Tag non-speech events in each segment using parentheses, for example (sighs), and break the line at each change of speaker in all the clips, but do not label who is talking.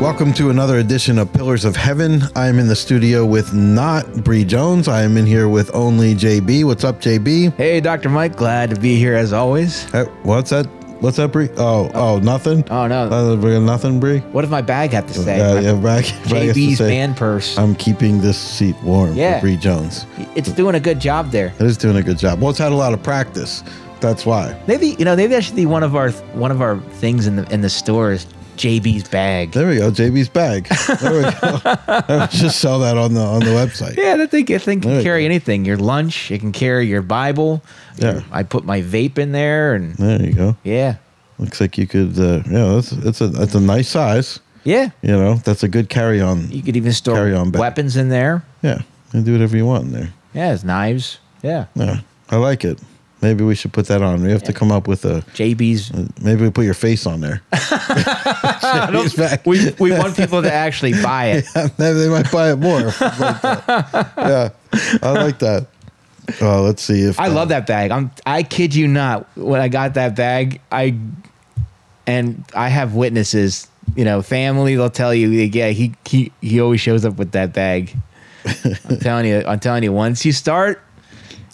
Welcome to another edition of Pillars of Heaven. I am in the studio with not Bree Jones. I am in here with only JB. What's up, JB?
Hey, Dr. Mike, glad to be here as always.
Uh, what's that? What's up, Bree? Oh, oh, nothing.
Oh, no.
Uh, we got nothing, Bree.
What if my bag had to say?
Yeah,
My-
yeah, Bragg- Bragg has to
JB's
say,
man purse.
I'm keeping this seat warm
Yeah.
for Bree Jones.
it's doing a good job there.
It is doing a good job. Well, it's had a lot of practice. That's why.
Maybe you know, maybe that should be one of our one of our things in the in the store is JB's bag.
There we go. JB's
(laughs)
bag. There we go. Just sell that on the on the website.
Yeah, that thing, that thing
There
can
you
carry anything. Your lunch, it can carry your Bible.
Yeah.
I put my vape in there, and
There you go.
yeah,
Looks like you could. Uh, yeah, that's it's a that's a nice size.
yeah.
You know, that's a good carry on.
You could even store
Carry on bag.
weapons in there.
Yeah, and do whatever you want in there.
Yeah, it's knives. Yeah,
Yeah, I like it. Maybe we should put that on. We have to come up with a. (laughs)
JB's.
Maybe we put your face on there.
(laughs)
JB's bag.
we we want people to actually buy it.
Maybe they might buy it more. if it's like that. (laughs) yeah, I like that. Uh, let's see if
I
uh,
love that bag. I'm I kid you not. When I got that bag, I and I have witnesses, you know, family, they'll tell you, like, yeah, he he he always shows up with that bag.
(laughs)
I'm telling you, I'm telling you, once you start,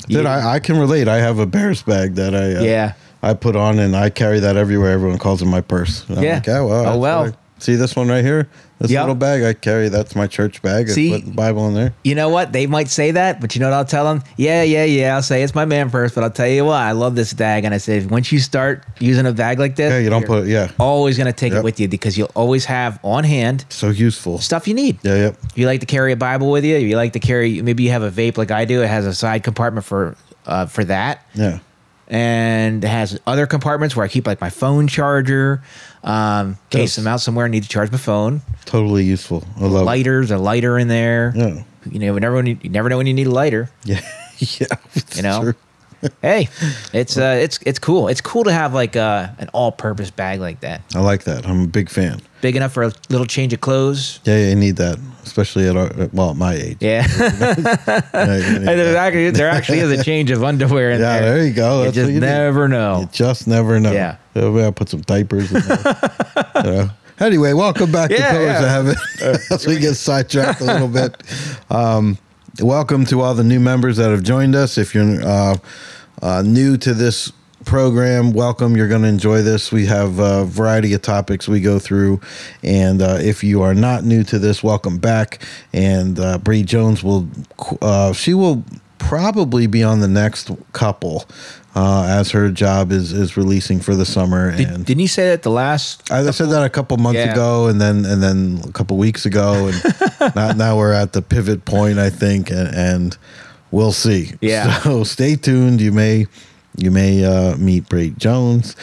Dude,
you-
I, I can relate. I have a Bears bag that I uh,
Yeah.
I put on and I carry that everywhere. Everyone calls it my purse. And I'm
Yeah.
like, oh,
Oh,
well, that's
well.
what I- see this one right here? This
Yep.
little bag I carry. That's my church bag. I
See-
put the Bible in there.
you know what? They might say that, but you know what I'll tell them? Yeah, yeah, yeah. I'll say it's my man first, but I'll tell you what, I love this bag. And I say, once you start using a bag like this,
Yeah, you don't put it. Yeah,
always gonna take
Yep.
it with you because you'll always have on hand
so useful.
stuff you need.
Yeah, yep.
If you like to carry a Bible with you, if you like to carry, maybe you have a vape like I do. It has a side compartment for uh, for that,
Yeah.
and it has other compartments where I keep like my phone charger, um, in case
Yes.
I'm out somewhere and need to charge my phone.
Totally useful. I love it.
Lighters, a lighter in there.
Yeah.
You know, never when you, you never know when you need a lighter.
(laughs) Yeah. (laughs) yeah. it's
You know?
true.
hey, it's uh, it's it's cool. It's cool to have like uh, an all-purpose bag like that,
I like that. I'm a big fan.
big enough for a little change of clothes.
Yeah, yeah, I need that, especially at our, well, at my age.
Yeah, (laughs)
Yeah, you need
there
that.
actually there actually is a change of underwear in
Yeah,
there.
there you go.
You
That's what
just
you need.
never know.
You just never know.
Yeah.
So maybe I'll put some diapers in there.
(laughs)
you know. Anyway, welcome back
Yeah,
to Pillars
yeah.
of Heaven. As (laughs) we get sidetracked a little bit. Um, welcome to all the new members that have joined us. If you're uh, uh, new to this program, welcome. You're going to enjoy this. We have a variety of topics we go through. And uh, if you are not new to this, welcome back. And uh, Bree Jones will, uh, she will probably be on the next couple uh, as her job is, is releasing for the summer. and
Didn't you say that the last?
I said that a couple months
Yeah.
ago, and then and then a couple weeks ago,
(laughs)
and now, now we're at the pivot point, I think, and, and we'll see.
Yeah.
(laughs) So stay tuned. You may you may uh, meet Bree Jones,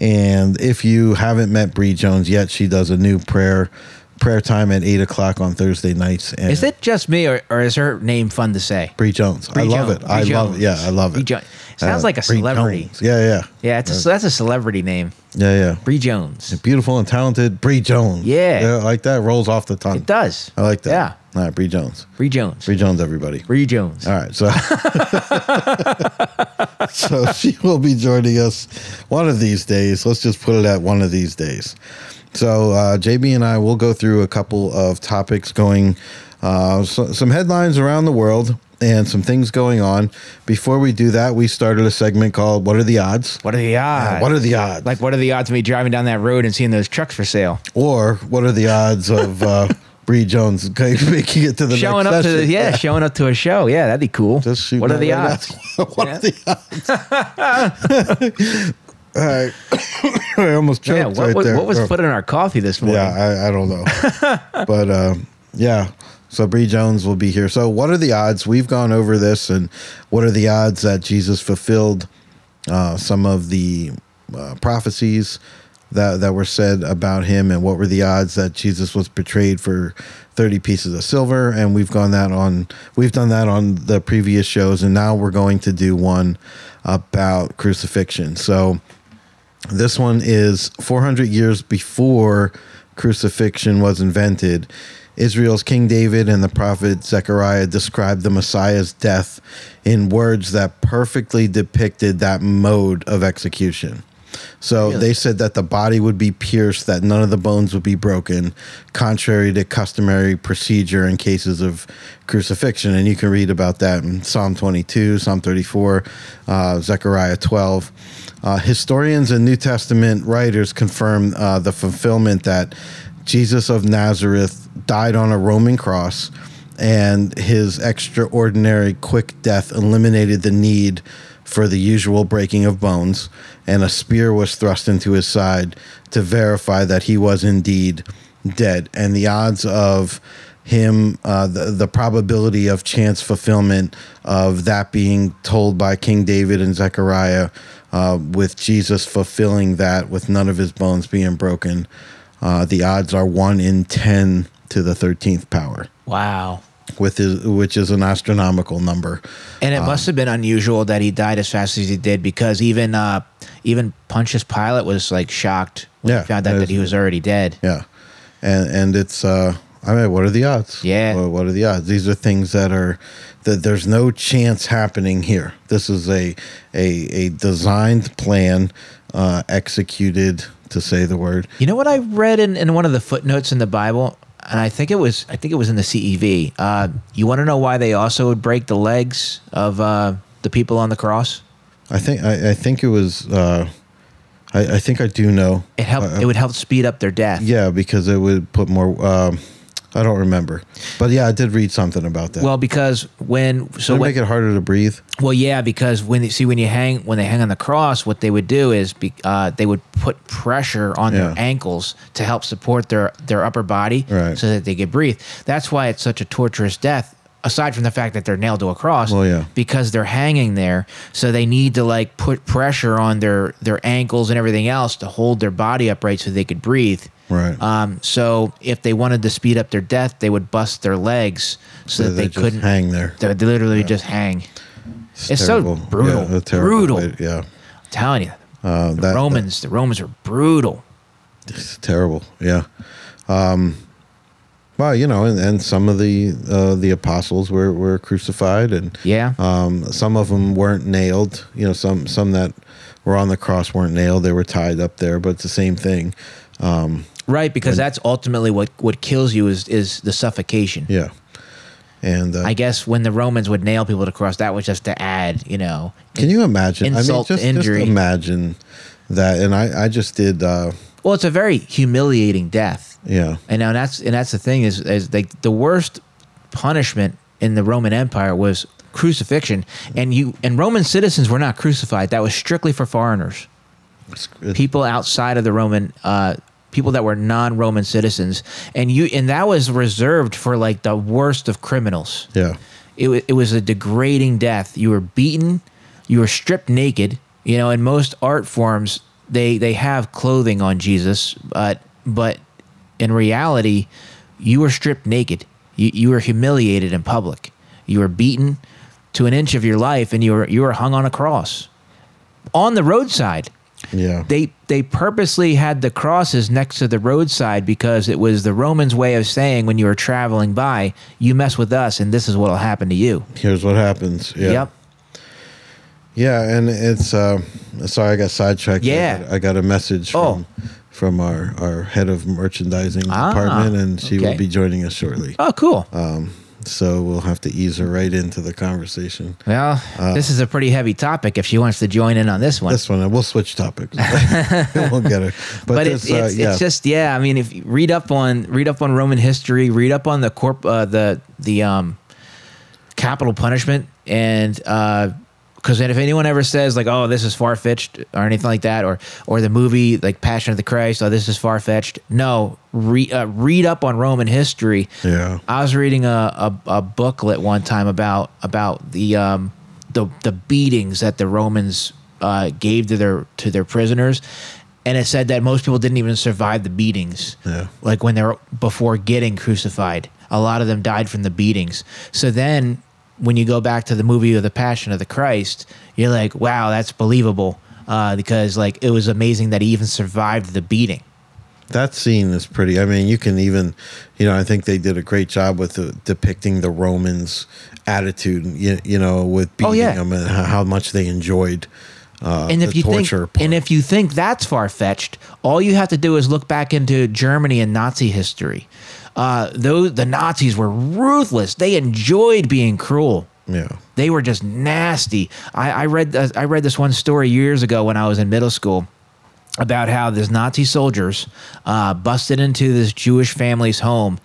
and if you haven't met Bree Jones yet, she does a new prayer prayer time at eight o'clock on Thursday nights. And
Is it just me, or, or is her name fun to say?
Bree Jones? I
Bree
love
Jones,
it. I
Bree
love it. Yeah, I love
Bree
it. Uh,
Jones. Sounds like a
Bree
celebrity.
Jones. Yeah, yeah,
Yeah, it's a, that's a celebrity name,
yeah, yeah.
Bree Jones.
Beautiful and talented Bree Jones.
Yeah.
yeah, I like that rolls off the tongue.
It does.
I like that.
Yeah,
All right, Bree Jones.
Bree Jones.
Bree Jones, everybody.
Bree Jones.
All right, so (laughs) so she will be joining us one of these days. Let's just put it at one of these days. So uh, JB and I will go through a couple of topics going uh, so, some headlines around the world and some things going on. Before we do that, we started a segment called "What Are the Odds."
What are the odds?
What are the odds?
like? What are the odds of me driving down that road and seeing those trucks for sale?
or what are the odds of
(laughs)
uh, Bree Jones (laughs) making it to the
showing
next
up to
session?
the, yeah, showing up to a show. Yeah, that'd be cool.
Just shoot
what are
that
the
right
odds?
out. (laughs) what are the odds? (laughs) All right. (coughs) I almost choked
Yeah, what,
right
was-
there.
what was put in our coffee this morning?
yeah, I, I don't know. but um, yeah, so Bree Jones will be here. So, what are the odds? We've gone over this, and what are the odds that Jesus fulfilled uh, some of the uh, prophecies that, that were said about him, and what were the odds that Jesus was betrayed for 30 pieces of silver? And we've gone that on, we've done that on the previous shows, and now we're going to do one about crucifixion. So, this one is 400 years before crucifixion was invented. Israel's King David and the prophet Zechariah described the Messiah's death in words that perfectly depicted that mode of execution. So
Really?
they said that the body would be pierced, that none of the bones would be broken, contrary to customary procedure in cases of crucifixion. And you can read about that in Psalm 22, Psalm 34, uh, Zechariah 12. Uh, historians and New Testament writers confirm uh, the fulfillment that Jesus of Nazareth died on a Roman cross, and his extraordinary quick death eliminated the need for the usual breaking of bones, and a spear was thrust into his side to verify that he was indeed dead. And the odds of him, uh, the, the probability of chance fulfillment of that being told by King David and Zechariah, uh, with Jesus fulfilling that with none of his bones being broken, uh, the odds are one in 10 to the 13th power.
Wow.
With his, which is an astronomical number.
And it
Uh,
must have been unusual that he died as fast as he did because even uh, even Pontius Pilate was like shocked when
Yeah,
he found out
that
that he was already dead.
Yeah, and and it's uh, I mean, what are the odds?
Yeah.
what, what are the odds? These are things that are that there's no chance happening here. This is a a a designed plan, uh, executed to say the word.
You know what I read in, in one of the footnotes in the Bible, and I think it was I think it was in the CEV. Uh, you want to know why they also would break the legs of uh, the people on the cross?
I think I, I think it was. Uh, I, I think I do know.
It helped.
Uh,
it would help speed up their death.
yeah, because it would put more. Um, I don't remember, but yeah, I did read something about that.
Well, because when so
Would it
when,
make it harder to breathe.
Well, yeah, because when you see when you hang when they hang on the cross, what they would do is be, uh, they would put pressure on
Yeah.
their ankles to help support their their upper body,
Right.
so that they could breathe. That's why it's such a torturous death. Aside from the fact that they're nailed to a cross,
Well, yeah.
because they're hanging there, so they need to like put pressure on their their ankles and everything else to hold their body upright so they could breathe.
Right.
Um, so if they wanted to speed up their death, they would bust their legs so, that
they
they,
just
couldn't
hang there.
They would literally just hang. It's so
terrible.
brutal.
Yeah, a terrible
Brutal.
way- yeah.
I'm telling you,
Uh,
the
that-
Romans, the Romans are brutal.
It's terrible. Yeah. Um, well, you know, and, and some of the uh, the apostles were, were crucified, and
Yeah.
um, some of them weren't nailed. You know, some some that were on the cross weren't nailed; they were tied up there. But it's the same thing.
right, because that's ultimately what what kills you is is the suffocation.
Yeah. And uh,
I guess when the Romans would nail people to cross, that was just to add, you know,
can you imagine?
insult to
I mean, just,
injury.
just imagine that. And I I just did. Uh,
well, it's a very humiliating death.
yeah.
And now that's and that's the thing is is like the worst punishment in the Roman Empire was crucifixion, and you and Roman citizens were not crucified. That was strictly for foreigners.
It's, it's,
people outside of the Roman, uh, people that were non-Roman citizens, and you, and that was reserved for like the worst of criminals.
yeah.
It wa- it was a degrading death. You were beaten, you were stripped naked. You know, in most art forms, they they have clothing on Jesus, but but in reality, you were stripped naked. You you were humiliated in public. You were beaten to an inch of your life, and you were you were hung on a cross on the roadside
Yeah.
they they purposely had the crosses next to the roadside because it was the Romans' way of saying when you were traveling by, you mess with us, and this is what'll happen to you.
Here's what happens. Yeah.
Yep.
Yeah, and it's uh, sorry I got sidetracked.
Yeah.
I got, I got a message
Oh.
from from our our head of merchandising
Ah,
department, and she will
okay.
be joining us shortly.
Oh, cool.
So we'll have to ease her right into the conversation.
well, this is a pretty heavy topic. If she wants to join in on this one,
This one, and we'll switch
(laughs)
topics. (laughs) we'll get her. But,
but
this,
it's, it's,
uh, yeah,
it's just yeah. I mean, if you read up on read up on Roman history, read up on the corp uh, the the um, capital punishment, and because if anyone ever says like, oh, this is far fetched or anything like that, or or the movie like Passion of the Christ, oh, this is far fetched. No, re, uh, read up on Roman history.
yeah,
I was reading a, a, a booklet one time about about the um, the the beatings that the Romans uh, gave to their to their prisoners, and it said that most people didn't even survive the beatings.
Yeah.
Like when they were before getting crucified, a lot of them died from the beatings. So then, when you go back to the movie of the Passion of the Christ, you're like, wow, that's believable uh, because like it was amazing that he even survived the beating.
that scene is pretty. I mean, you can even, you know, I think they did a great job with the, depicting the Romans' attitude. You, you know, with beating
Oh, yeah.
them and how, how much they enjoyed. uh,
and if
the
you think
torture
and if you think that's far fetched, all you have to do is look back into Germany and Nazi history. Uh, those the Nazis were ruthless. They enjoyed being cruel.
yeah.
They were just nasty. I, I read uh, I read this one story years ago when I was in middle school about how these Nazi soldiers uh, busted into this Jewish family's home,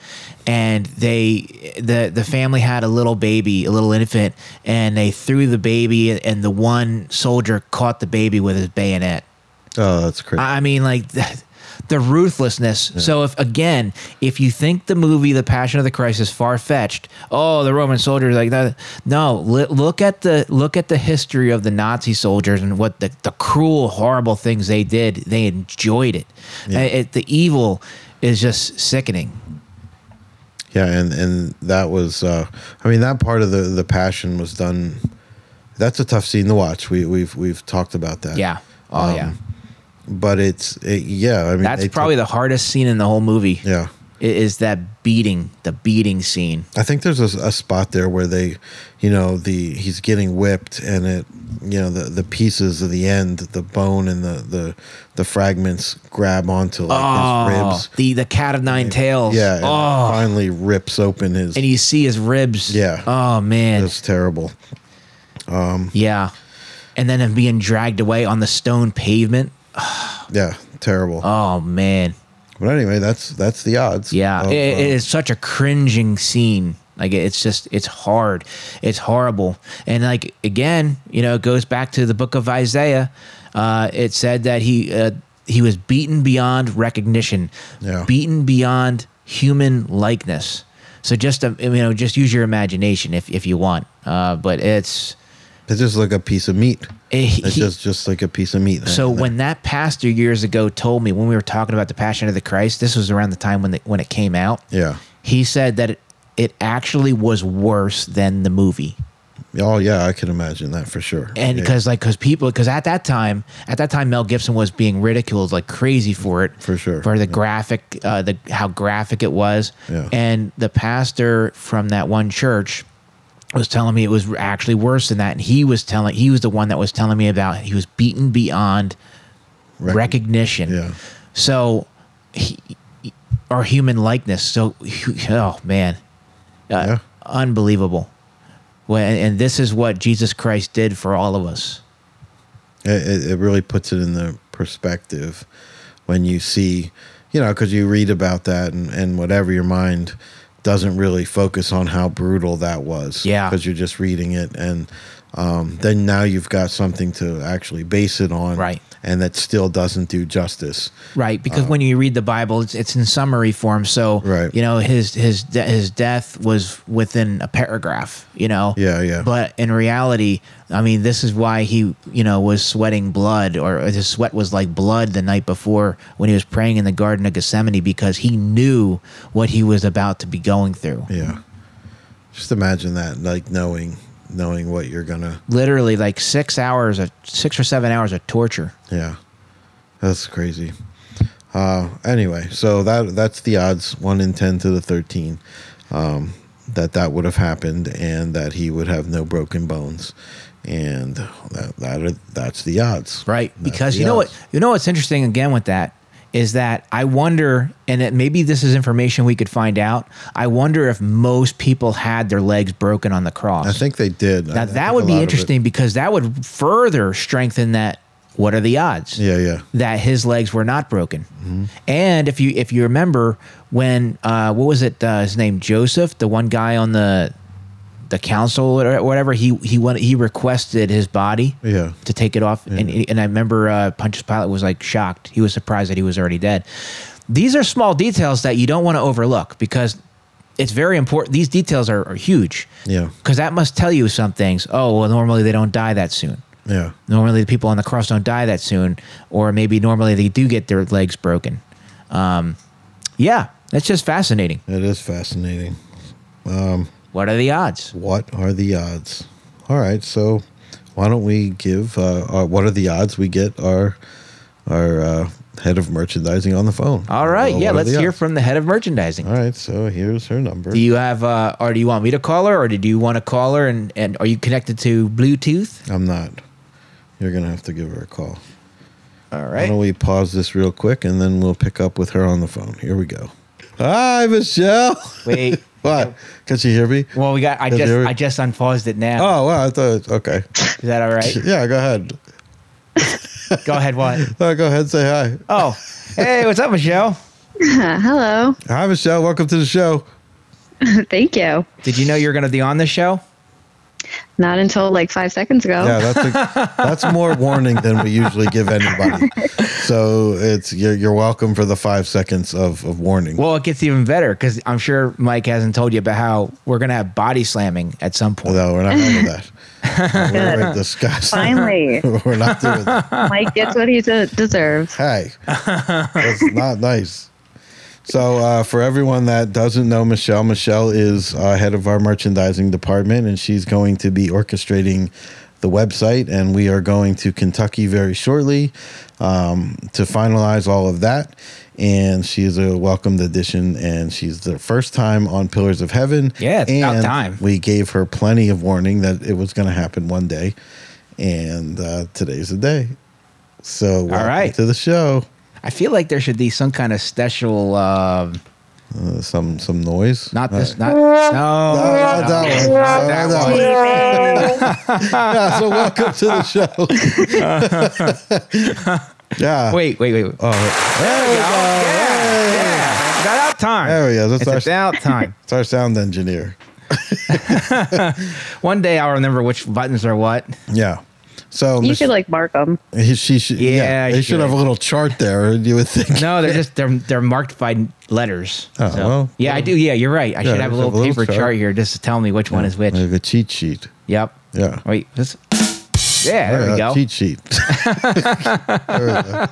and they the the family had a little baby, a little infant, and they threw the baby, and the one soldier caught the baby with his bayonet.
Oh, that's crazy.
I mean, like the, the ruthlessness. So if again, if you think the movie The Passion of the Christ is far fetched, oh, the Roman soldiers like that. No, li- look at the look at the history of the Nazi soldiers and what the, the cruel, horrible things they did. They enjoyed it. Uh, it the evil is just sickening.
yeah, and and that was. Uh, I mean, that part of the the passion was done. That's a tough scene to watch. We we've we've talked about that.
Yeah. Oh
Um,
yeah.
But it's it, yeah. I mean,
That's
they
probably the hardest scene in the whole movie.
took- yeah.
i- Is that beating the beating scene?
I think there's a, a spot there where they, you know, the he's getting whipped and it, you know, the, the pieces of the end, the bone and the the, the fragments grab onto like
oh,
his ribs.
the the cat of nine tails.
Yeah, and it
Oh,
finally rips open his.
and you see his ribs.
Yeah.
Oh man.
That's terrible.
Yeah. And then him being dragged away on the stone pavement.
Yeah, terrible.
Oh man.
but anyway, that's that's the odds.
Yeah.
of,
It-
uh,
it is such a cringing scene. Like it's just it's hard. It's horrible. And like again, you know, it goes back to the book of Isaiah. Uh, it said that he uh, he was beaten beyond recognition,
Yeah.
beaten beyond human likeness. So just um, you know, just use your imagination if if you want. Uh, but it's
it's just like a piece of meat.
Eh,
It's
he-
just just like a piece of meat.
So when that pastor years ago told me when we were talking about the Passion of the Christ, this was around the time when the, when it came out.
yeah.
He said that it, it actually was worse than the movie,
Oh yeah, I can imagine that for sure.
and
Yeah.
because like because people because at that time at that time Mel Gibson was being ridiculed like crazy for it
For sure.
for the graphic uh, the how graphic it was,
Yeah.
and the pastor from that one church was telling me it was actually worse than that, and he was telling he was the one that was telling me about he was beaten beyond
Rec-
recognition.
Yeah.
So, he, our human likeness. So, (laughs) oh man, uh,
Yeah.
unbelievable. Well, and, and this is what Jesus Christ did for all of us.
It, it- it really puts it in the perspective when you see, you know, because you read about that and, and whatever your mind doesn't really focus on how brutal that was.
Yeah.
Because you're just reading it. And um, then now you've got something to actually base it on.
Right.
And that still doesn't do justice.
Right, because when you read the Bible, it's, it's in summary form. So,
Uh-huh. Right.
you know, his his de- his death was within a paragraph. You know,
Yeah, yeah.
But in reality, I mean, this is why he, you know, was sweating blood, or his sweat was like blood the night before when he was praying in the Garden of Gethsemane, because he knew what he was about to be going through.
Yeah. Just imagine that, like knowing, knowing what you're gonna.
Literally, like six hours of six or seven hours of torture.
Yeah, that's crazy. Uh, anyway, so that that's the odds one in ten to the thirteen um, that that would have happened, and that he would have no broken bones, and that that that's the odds,
right
That's
because
the
you know
odds.
what you know what's interesting again with that is that i wonder and it, maybe this is information we could find out i wonder if most people had their legs broken on the cross
I think they did.
now that would be interesting because that would further strengthen that what are the odds
Yeah, Mm-hmm. yeah,
that his legs were not broken and if you if you remember when uh what was it uh, his name joseph the one guy on the the council or whatever he he wanted he requested his body
yeah,
to take it off. And, and I remember uh, Pontius Pilate was like shocked. He was surprised that he was already dead. These are small details that you don't want to overlook because it's very important. These details are, are huge.
Yeah.
Because that must tell you some things. Oh, well, normally they don't die that soon.
yeah,
Normally the people on the cross don't die that soon. Or maybe normally they do get their legs broken. Um, yeah, that's just fascinating.
it is fascinating.
What are the odds?
What are the odds? All right, so why don't we give uh, our, what are the odds we get our our uh, head of merchandising on the phone?
All right.
Uh,
yeah,
what are
let's
the
hear
odds?
from the head of merchandising.
All right, so here's her number.
Do you have, uh, or do you want me to call her, or did you want to call her? And, and are you connected to Bluetooth?
I'm not. You're gonna have to give her a call.
All
Why
right.
don't we pause this real quick and then we'll pick up with her on the phone. Here we go. Hi, Michelle.
(laughs)
(laughs)
Wait.
what? Can she hear me?
Well, we got. I
Does
just
it-
I just unpaused it now.
Oh, wow. I thought, okay.
Is that all
(laughs)
right?
Yeah, go ahead.
Go ahead. What?
Uh, go ahead. Say hi.
Oh, hey, what's up, Michelle?
Hello. (laughs)
Hi, Michelle. Welcome to the show.
Thank you.
Did you know you were gonna be on the show?
Not until like five seconds ago.
Yeah, that's a, that's more warning than we usually give anybody. So it's you're, you're welcome for the five seconds of, of warning.
Well, it gets even better because I'm sure Mike hasn't told you about how we're gonna have body slamming at some point.
no, we're not having that. We're
(laughs) Good.
already discussed.
Finally,
(laughs) we're not doing that.
Mike gets what he de- deserves.
Hey, that's not nice. So, uh, for everyone that doesn't know Michelle, Michelle is uh, head of our merchandising department, and she's going to be orchestrating the website. And we are going to Kentucky very shortly um, to finalize all of that. And she is a welcomed addition, and she's the first time on Pillars of Heaven.
Yeah, it's
and
about time.
We gave her plenty of warning that it was going to happen one day, and uh, today's the day. So, welcome
right.
to the show.
I feel like there should be some kind of special. Um,
Uh, some some noise.
not
Uh,
this. Not no.
No, not that one. No,
Not that
not
one.
that one. yeah, so welcome to the show. (laughs)
(laughs)
yeah.
Wait, wait, wait. wait.
Oh, there we go.
Yeah,
Hey.
yeah. It's about time.
There we go. That's
It's
our-
about time.
It's our sound engineer.
One day I'll remember which buttons are what.
Yeah. So
You
Mich-
should like mark them.
he- she should.
Yeah,
Yeah,
I
they should
should.
have a little chart there. You would think.
No, they're just they're they're marked by letters.
Oh, well.
yeah, I do. Yeah, you're right. I should
it's
have a
a
little,
little
paper
chart.
chart. here just to tell me which one is which.
Like a cheat sheet.
Yep.
Yeah.
Wait. This, yeah, there
Yeah,
we go.
Cheat
(laughs)
sheet. (laughs) there, we go.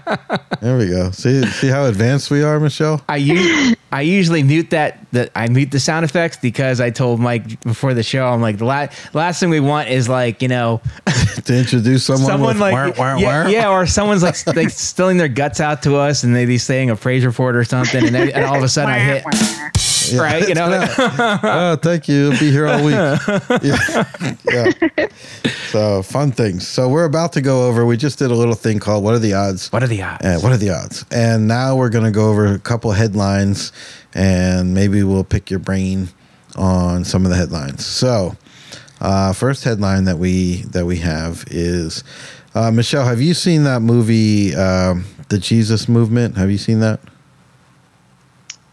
there we go. See see how advanced we are, Michelle.
I u- I usually mute that that I mute the sound effects because I told Mike before the show I'm like the la- last thing we want is like you know (laughs)
To introduce someone,
someone
with
like
"Wah, wah,
yeah,
wah."
yeah, or someone's like (laughs) s- like stilling their guts out to us and they be saying a praise report or something and, then, and all of a sudden I hit right you know
oh, thank you. I'll be here
(laughs)
all week. Yeah. Yeah. So fun things. So we're about to go over. We just did a little thing called "What Are the Odds."
what are the odds?
And Uh, what are the odds? And now we're going to go over a couple headlines, and maybe we'll pick your brain on some of the headlines. So, uh, first headline that we that we have is uh, Michelle. Have you seen that movie, um, The Jesus Movement? Have you seen that?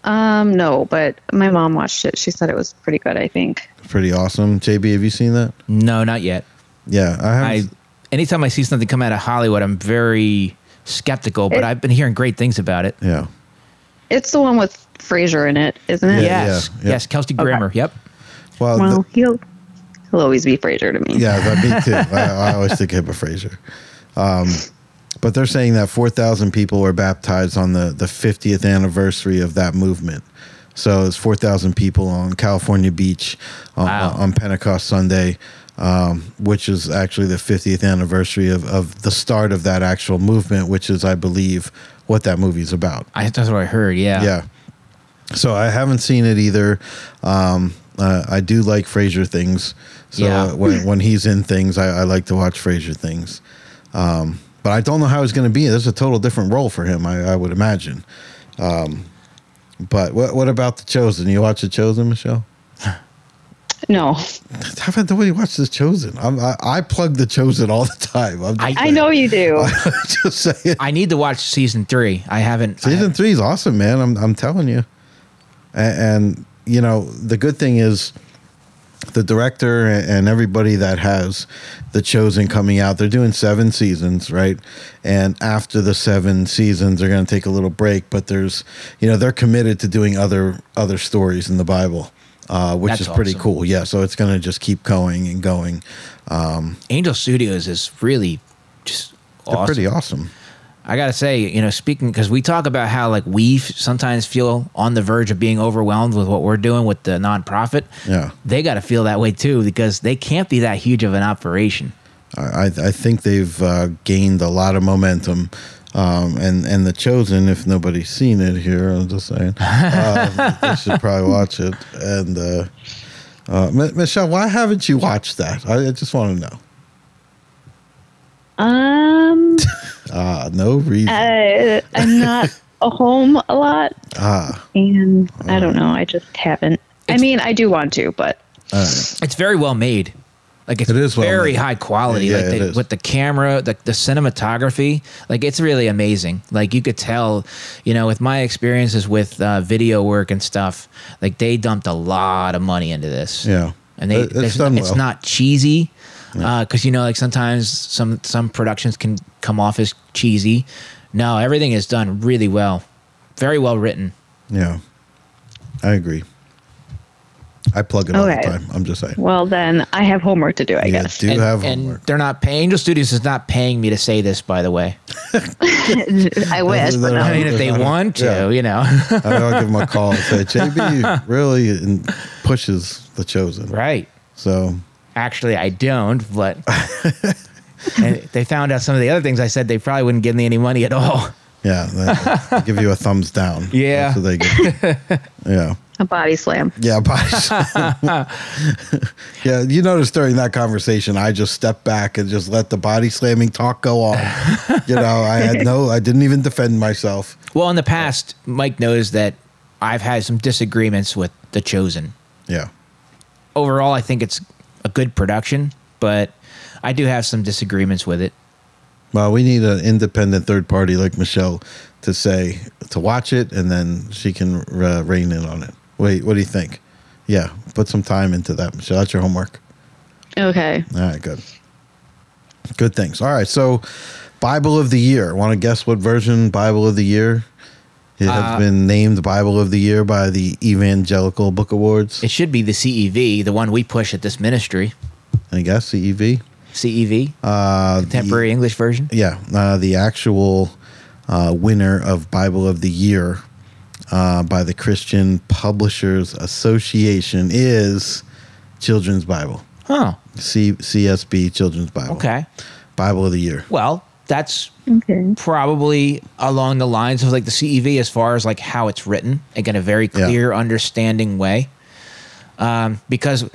Um, no, but my mom watched it. She said it was pretty good. I think.
Pretty awesome. JB, have you seen that?
No, not yet.
Yeah, I haven't.
I anytime I see something come out of Hollywood, I'm very skeptical, but I've been hearing great things about it.
yeah.
It's the one with Frasier in it, isn't it?
Yeah.
yes,
yeah.
yes, Kelsey Grammer. Yep.
Well, th-
Well, he'll he'll always be Frasier to me.
yeah, but me too. I, I always think Hippa Fraser. Um, but they're saying that 4,000 people were baptized on the, the 50th anniversary of that movement. So it's 4,000 people on California Beach on,
Wow.
on Pentecost Sunday, um, which is actually the 50th anniversary of, of the start of that actual movement, which is, I believe, what that movie's about.
I, that's what I heard. Yeah.
Yeah. So I haven't seen it either. Um, uh, I do like Frasier things. So
Yeah.
uh, when, when he's in things, I, I like to watch Frasier things. Um, but I don't know how he's going to be. There's a total different role for him, I, I would imagine. Um, but what, what about The Chosen? You watch The Chosen, Michelle? (laughs)
No,
How about nobody watch The Chosen? I'm, I, I plug The Chosen all the time. I'm just (laughs)
I-
I know you do.
saying. just saying.
I need to watch season three. I haven't. I
Season
haven't-
three is awesome, man. I'm I'm telling you. A- And, and you know the good thing is, the director a- and everybody that has the chosen coming out, they're doing seven seasons, right? And after the seven seasons, they're going to take a little break. But there's, you know, they're committed to doing other other stories in the Bible. Uh, which
That's
is pretty
awesome.
cool, yeah. So it's gonna just keep going and going.
Angel Studios is really just
They're
awesome.
pretty awesome.
I gotta say, you know, speaking because we talk about how like we f- sometimes feel on the verge of being overwhelmed with what we're doing with the nonprofit.
Yeah.
They gotta feel that way too because they can't be that huge of an operation.
I, I think they've uh, gained a lot of momentum. Um, and, and The Chosen, if nobody's seen it here, I'm just
(laughs)
saying, uh, they should probably watch it. And uh, uh, Mi- Michelle, why haven't you watched that? I, I just want to know. (laughs)
Um,
Ah, no reason.
uh, I'm not a home a lot,
ah,
and I don't know. I just haven't. I mean, I do want to, but
It's very well made. Like it's
It is well
very
made.
high quality.
Yeah,
like
it
the,
is.
with the camera, the, the cinematography, like it's really amazing. Like you could tell, you know, with my experiences with uh, video work and stuff, like they dumped a lot of money into this.
yeah.
and they
It-
it's,
it's done
it's
well.
not cheesy because you know like sometimes some some productions can come off as cheesy no everything is done really well very well written
Yeah, I agree. I plug it all the
Okay.
time. I'm just saying.
well, then I have homework to do. I
yeah,
guess
do
and,
have
and
homework.
they're not paying angel studios is not paying me to say this by the way
(laughs) I wish, but
i
No,
mean
no.
if they
they're not.
want
(laughs)
to
Yeah.
you know (laughs)
I- I'll give him a call and say,
(laughs)
JB really in- pushes the chosen.
right
So,
actually i don't
(laughs)
but and they found out some of the other things i said they probably wouldn't give me any money at all
yeah, they- they give you a thumbs down.
Yeah.
That's what they give. you. yeah.
A body slam.
Yeah, body. yeah, you notice during that conversation, I just stepped back and just let the body slamming talk go on. you know, I had no, I didn't even defend myself.
well in the past mike knows that i've had some disagreements with the chosen
Yeah,
overall, I think it's a good production, but I do have some disagreements with it.
well, we need an independent third party like Michelle to say to watch it, and then she can uh, rein in on it. Wait, what do you think? Yeah, put some time into that, Michelle. That's your homework.
Okay.
All right, good. Good things. All right, so Bible of the Year. Want to guess what version Bible of the Year? It has
Uh,
been named Bible of the Year by the Evangelical Book Awards.
It should be the CEV, the one we push at this ministry. E
I guess the E EV.
CEV,
Uh, the-
Contemporary English Version.
yeah, uh, the actual uh, winner of Bible of the Year uh, by the Christian Publishers Association is Children's Bible,
Huh.
C- CSB Children's Bible.
Okay.
Bible of the Year.
Well, that's
Okay.
probably along the lines of like the CEV as far as like how it's written, like in a very
Yeah.
clear, understanding way. Um, because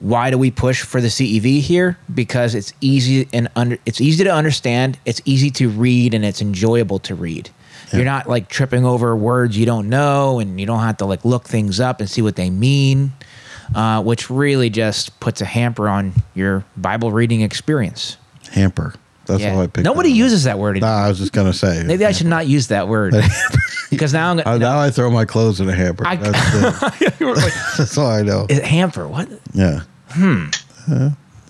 why do we push for the CEV here? Because it's easy and under, it's easy to understand, it's easy to read, and it's enjoyable to read. You're not like tripping over words you don't know, and you don't have to like look things up and see what they mean, uh, which really just puts a hamper on your Bible reading experience.
Hamper. That's
Yeah.
how I picked
Nobody
that up.
uses that word.
No, I was just gonna say.
Maybe I should not use
(laughs)
that word because now I'm
Uh,
gonna.
now I throw my clothes in a hamper.
I-
that's, the,
You (laughs) were like,
(laughs) that's all I know.
"Is it hamper? What?
Yeah,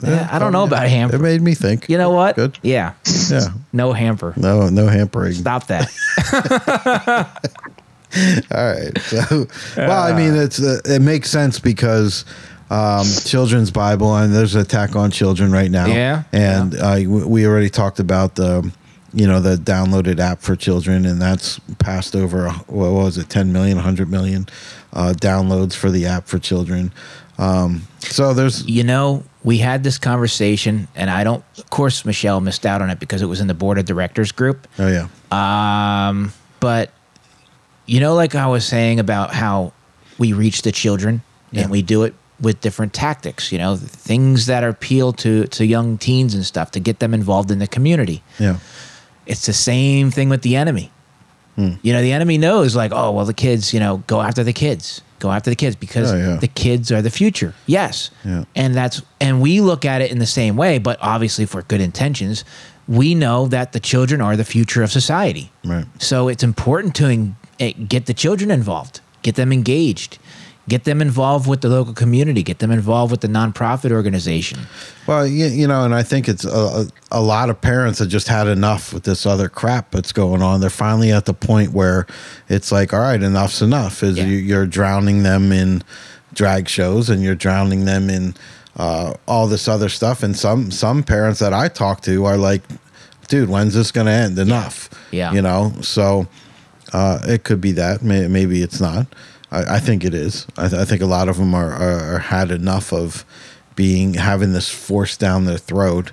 Yeah, I don't know about
it
hamper.
made me think.
You know what?
Good.
Yeah,
Yeah,
no hamper.
no, no hampering.
Stop that.
All right. So, (laughs) well, I
Ah.
mean, it's uh, it makes sense because um, children's Bible and there's an attack on children right now.
Yeah.
and Uh, we- we already talked about the you know the downloaded app for children, and that's passed over uh, what was it, 10 million, 100 million uh, downloads for the app for children. Um, so there's
You know, we had this conversation, and I don't. Of course, Michelle missed out on it because it was in the board of directors group.
oh yeah.
Um, but you know, like I was saying about how we reach the children
Yeah.
and we do it with different tactics, you know, things that appeal to to young teens and stuff to get them involved in the community.
Yeah.
It's the same thing with the enemy.
Hmm.
You know, the enemy knows, like, oh, well, the kids, you know, go after the kids, go after the kids because
Oh, yeah.
the kids are the future. Yes.
Yeah.
And that's, and we look at it in the same way, but obviously for good intentions. We know that the children are the future of society.
Right.
So it's important to en- eh, get the children involved, get them engaged, get them involved with the local community, get them involved with the nonprofit organization.
Well, you, you know, and I think it's a, a, a lot of parents have just had enough with this other crap that's going on. They're finally at the point where it's like, all right, enough's enough. Is
Yeah.
you, you're drowning them in drag shows and you're drowning them in uh, all this other stuff. And some some parents that I talk to are like, dude, when's this going to end? Enough.
Yeah.
You know, so uh, it could be that. May- Maybe it's not. I, I think it is. I, th- I think a lot of them are, are, are had enough of being having this force down their throat.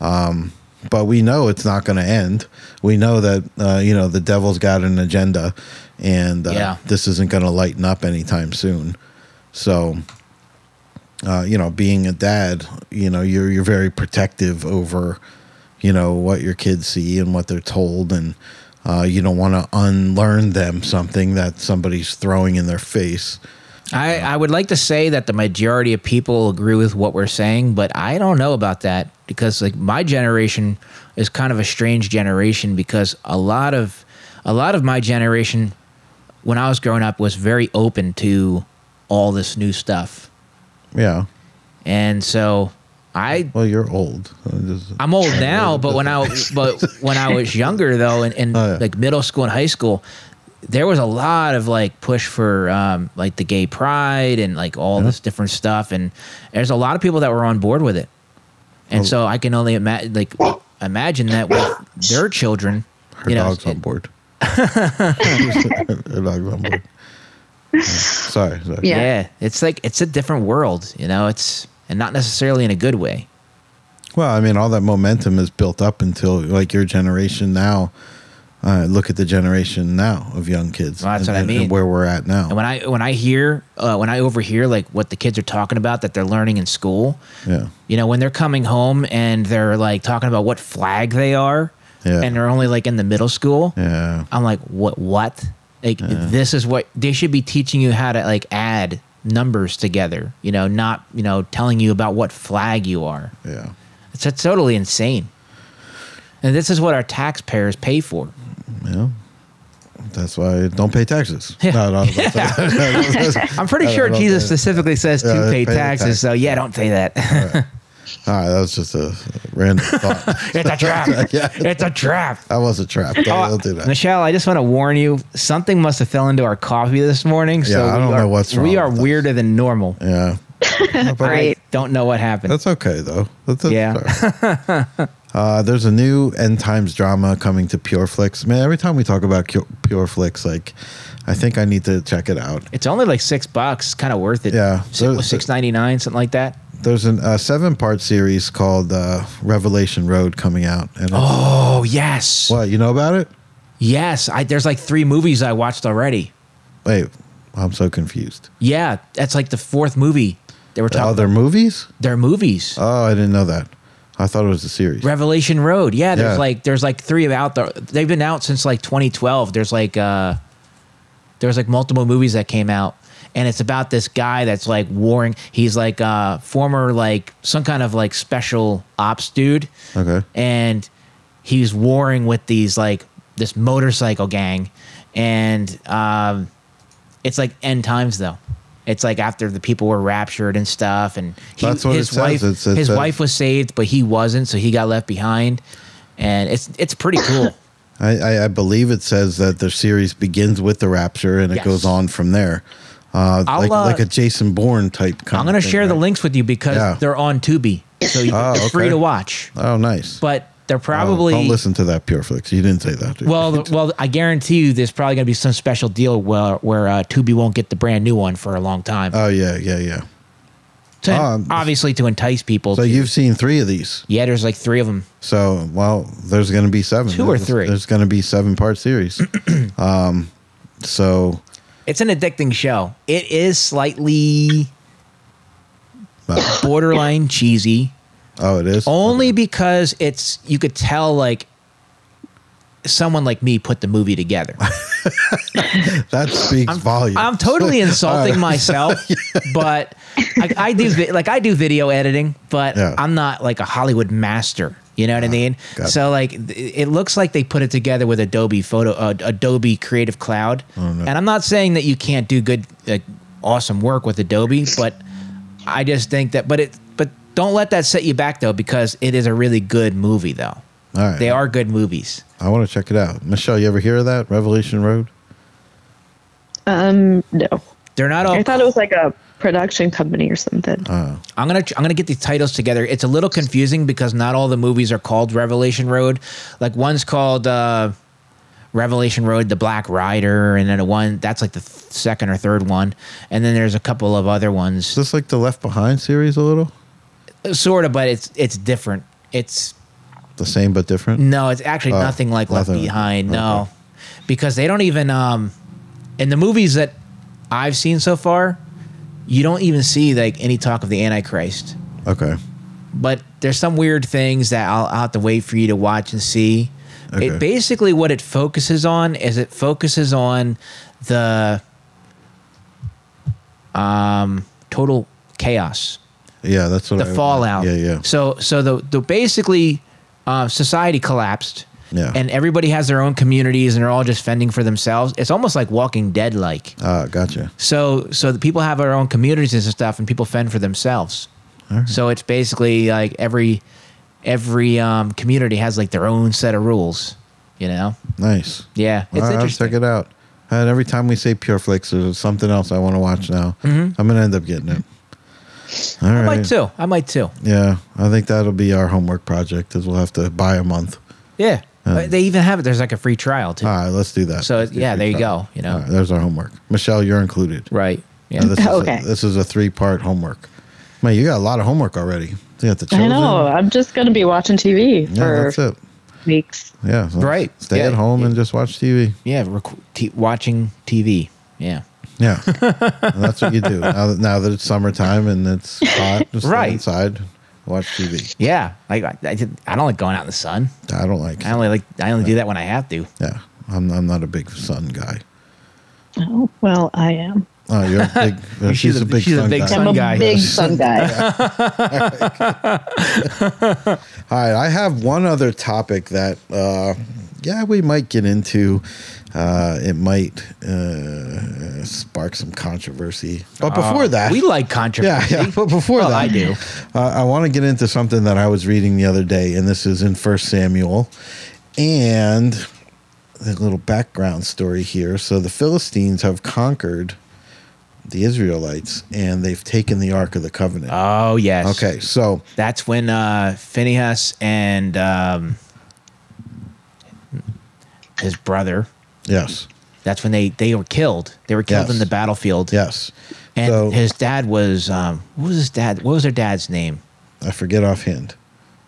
Um, but we know it's not going to end. We know that uh, you know the devil's got an agenda, and uh,
Yeah.
this isn't going to lighten up anytime soon. So, uh, you know, being a dad, you know, you're you're very protective over you know what your kids see and what they're told and uh, you don't want to unlearn them something that somebody's throwing in their face
I, I would like to say that the majority of people agree with what we're saying, but I don't know about that because like my generation is kind of a strange generation because a lot of a lot of my generation when I was growing up was very open to all this new stuff.
yeah
And so I
well you're old So it doesn't-
I'm old now, but when I but when I was younger though, in, in
Oh, yeah.
like middle school and high school, there was a lot of like push for um, like the gay pride and like all this
Uh-huh.
different stuff, and there's a lot of people that were on board with it,
Oh.
and so I can only imagine like imagine that with their children,
her
you know,
dog's on
it- (laughs)
board her dog's on board Yeah. sorry, sorry.
Yeah.
yeah. it's like it's a different world, you know, it's and not necessarily in a good way.
Well, I mean, all that momentum is built up until like your generation now. Uh, look at the generation now of young kids.
Well, that's
and,
what I
and- and
mean.
where we're at now.
And when I when I hear uh, when I overhear like what the kids are talking about that they're learning in school,
yeah,
You know, when they're coming home and they're like talking about what flag they are,
Yeah.
and they're only like in the middle school.
yeah,
I'm like, what? What? Like, this is what they should be teaching you how to like add numbers together. You know, not you know telling you about what flag you are.
yeah.
It's, it's totally insane. And this is what our taxpayers pay
(laughs)
for.
Yeah. That's why I don't pay
(laughs)
taxes. No, no, (laughs)
I'm pretty sure
don't
Jesus
pay-
specifically says
Yeah,
to pay,
pay the
taxes.
tax.
So yeah, don't pay that.
all right, that was just a random thought.
(laughs) It's a trap.
(laughs)
It's a trap.
That was a trap. Don't,
Uh,
Oh,
don't do that.
Michelle, I just want to warn you, something must have fell into our coffee this morning. So
Yeah, I
we
don't
are,
know what's wrong
We are
with us.
weirder than normal.
(laughs)
Yeah. But
Right.
Don't know what happened.
That's okay though. That's, that's
Yeah.
fair. (laughs) uh, there's a new end times drama coming to PureFlix. Man, every time we talk about Cu- PureFlix, like, I think I need to check it out.
It's only like six bucks. Kind of worth it.
Yeah.
six, six ninety nine, something like that.
There's a uh, seven part series called uh, Revelation Road coming out. And oh.
Oh yes.
what you know about it?
Yes, I, there's like three movies I watched already.
Wait, I'm so confused.
Yeah, that's like the fourth movie they were
Other
talking.
they're movies?
They're movies.
Oh, I didn't know that. I thought it was a series.
Revelation Road. Yeah, there's
Yeah.
like there's like three of out there. They've been out since like 2012. There's like uh there's like multiple movies that came out, and it's about this guy that's like warring. He's like uh former like some kind of like special ops dude.
okay.
and he's warring with these like this motorcycle gang and um it's like end times though it's like after the people were raptured and stuff and he,
That's what
his
it says.
wife
It says
his
that-
wife was saved but he wasn't so he got left behind and it's it's pretty cool
(coughs) I, I, I believe it says that the series begins with the rapture and it
Yes.
goes on from there. Uh,
I'll,
like,
uh,
like a Jason Bourne type kind
i'm going to
of thing,
share the
right?
links with you because
Yeah.
they're on tubi so you,
Oh,
it's free
okay.
to watch
Oh, nice.
but they're
Oh,
probably
don't listen to that PureFlix. You didn't say that. did you?
Well, the, well, I guarantee you, there's probably going to be some special deal where where uh, Tubi won't get the brand new one for a long time.
(laughs) oh yeah, yeah, yeah.
To-
um,
obviously, to entice people.
So
to-
you've seen three of these.
yeah, there's like three of them.
So well, there's going to be seven.
Two or
There's-
three.
There's going to be seven part series.
(clears throat)
um, so
It's an addicting show. It is slightly
uh,
borderline cheesy,
oh, it is
only because it's you could tell like someone like me put the movie together.
(laughs) that speaks volumes.
I'm totally
(laughs) Uh,
insulting myself, but I, I do vi- like I do video editing, but
Yeah. Ah,
I'm not like a Hollywood master. You know what I mean?
got it.
So like, th- it looks like they put it together with Adobe Photo, uh, Adobe Creative Cloud,
Oh, no.
and I'm not saying that you can't do good, like, awesome work with Adobe, but I just think that, but it, but don't let that set you back though, because it is a really good movie though.
All right.
They are good movies.
I want to check it out. Michelle, you ever hear of that Revelation Road?
Um, no.
They're not all.
I thought it was like a production company or something.
Oh, Uh,
I'm gonna I'm gonna get the titles together. It's a little confusing because not all the movies are called Revelation Road. Like one's called uh, Revelation Road: The Black Rider, and then a one that's like the th- second or third one. And then there's a couple of other
Is
ones,
this like the Left Behind series a little?
sort of, but it's it's different. It's
The same but different.
no, it's actually nothing like Left
nothing.
Behind. No, because they don't even um, in the movies that I've seen so far, you don't even see like any talk of the Antichrist.
Okay.
but there's some weird things that I'll, I'll have to wait for you to watch and see.
Okay.
It basically what it focuses on is it focuses on the um, total chaos
Yeah, that's what
the
I-
fallout.
Yeah, yeah.
So so the the basically uh, society collapsed.
Yeah.
And everybody has their own communities and they're all just fending for themselves. It's almost like Walking Dead like.
Ah, gotcha.
So so the people have their own communities and stuff and people fend for themselves. So it's basically like every every um, community has like their own set of rules, you know?
Nice.
Yeah. It's
All right, I'll
interesting.
check it out. And every time we say Pure Flix, there's something else I want to watch now. I'm gonna end up getting it. All right.
I might too. I might too.
Yeah, I think that'll be our homework project. Is we'll have to buy a month.
Yeah. Uh, they even have it. There's like a free trial too.
All right, let's do that.
So,
Let's do
yeah, there you
freestyle.
go, you know.
All right, there's our homework. Michelle, you're included.
right. Yeah. (clears throat)
Now, this is
(laughs) Okay.
A, this is a three part homework. Man, you got a lot of homework already. You got the
I
children.
know. I'm just going to be watching TV
Yeah, that's
for
it.
weeks.
Yeah. so
Right.
Stay
Yeah,
at home
yeah.
and just watch TV.
yeah, rec- t- watching TV. Yeah.
Yeah. And that's what you do now that, now that it's summertime and it's hot. Just stay
Right.
inside, watch TV.
Yeah, like I, I, did- I don't like going out in the sun.
I don't like.
I only like I only do that when I have to.
yeah, I'm. I'm not a big sun guy.
Oh, well, I am.
Oh, you're a
(laughs)
big.
She's
she's,
a-
a big
she's a
sun
big
guy.
sun-
I'm a
guy.
big
(laughs)
sun guy.
All right, I have one other topic that, uh, yeah, we might get into. Uh, it might uh, spark some controversy, but before that,
Uh, we like
yeah,
controversy.
yeah, but before
Well,
that,
I do.
Uh, I want to get into something that I was reading the other day, and this is in First Samuel, and a little background story here. So the Philistines have conquered the Israelites, and they've taken the Ark of the Covenant.
Oh yes.
okay, so.
That's when uh, Phineas and um, his brother.
Yes.
That's when they they were killed. They were killed
Yes.
in the battlefield.
Yes.
And
so
his dad was um, what was his dad? What was their dad's name?
I forget offhand.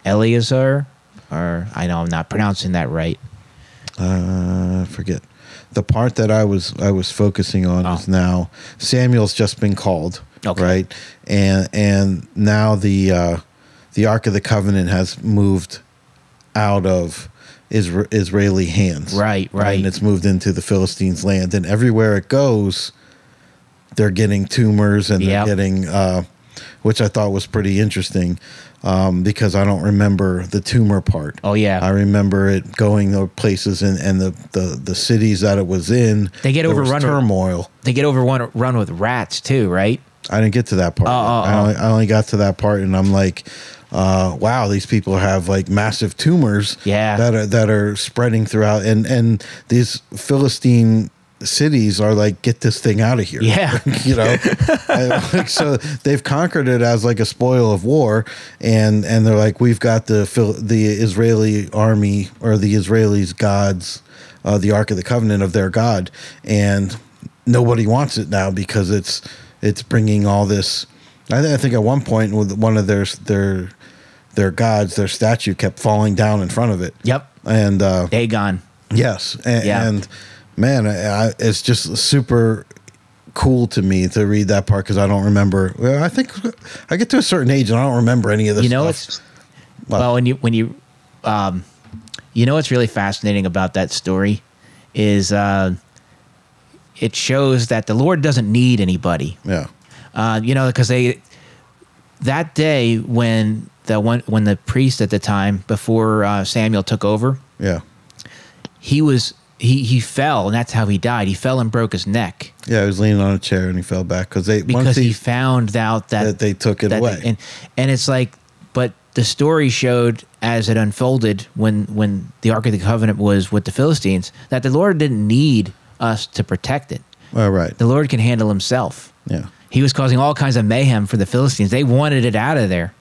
Eleazar, or I know I'm not pronouncing that right.
Uh, I forget. The part that I was I was focusing on
Oh.
is now Samuel's just been called,
Okay.
right? And and now the uh, the Ark of the Covenant has moved out of Isra- Israeli hands,
Right, right.
And it's moved into the Philistines' land, and everywhere it goes, they're getting tumors and
Yep.
they're getting, uh, which I thought was pretty interesting um, because I don't remember the tumor part.
Oh, yeah.
I remember it going to places and, and the, the, the cities that it was in.
They get
there was
overrun with-
turmoil.
They get over one run with rats too, right?
I didn't get to that part.
Oh, oh,
I,
oh.
only, I only got to that part, and I'm like, uh, wow, these people have like massive tumors
Yeah.
that are that are spreading throughout, and and these Philistine cities are like, get this thing out of here, (laughs)
Yeah.
you know. And, like, so they've conquered it as like a spoil of war, and and they're like, we've got the Phil- the Israeli army or the Israelis gods, uh, the Ark of the Covenant of their God, and nobody wants it now because it's it's bringing all this. I, thi- I think at one point with one of their their their gods, their statue kept falling down in front of it.
Yep.
And uh,
Dagon.
Yes, and,
Yeah.
and man, I, I, it's just super cool to me to read that part because I don't remember. Well, I think I get to a certain age and I don't remember any of this.
You know,
stuff.
it's well when you when you um, you know what's really fascinating about that story is uh, it shows that the Lord doesn't need anybody.
yeah,
Uh, you know, because they that day when the one when the priest at the time before uh, Samuel took over,
yeah,
he was he he fell and that's how he died. He fell and broke his neck.
yeah. He was leaning on a chair and he fell back because they
because
once
he,
he,
found out that,
that they took it
that
away.
they- and and it's like, but the story showed as it unfolded when when the Ark of the Covenant was with the Philistines that the Lord didn't need us to protect it.
all right,
The Lord can handle Himself.
yeah,
He was causing all kinds of mayhem for the Philistines. They wanted it out of there,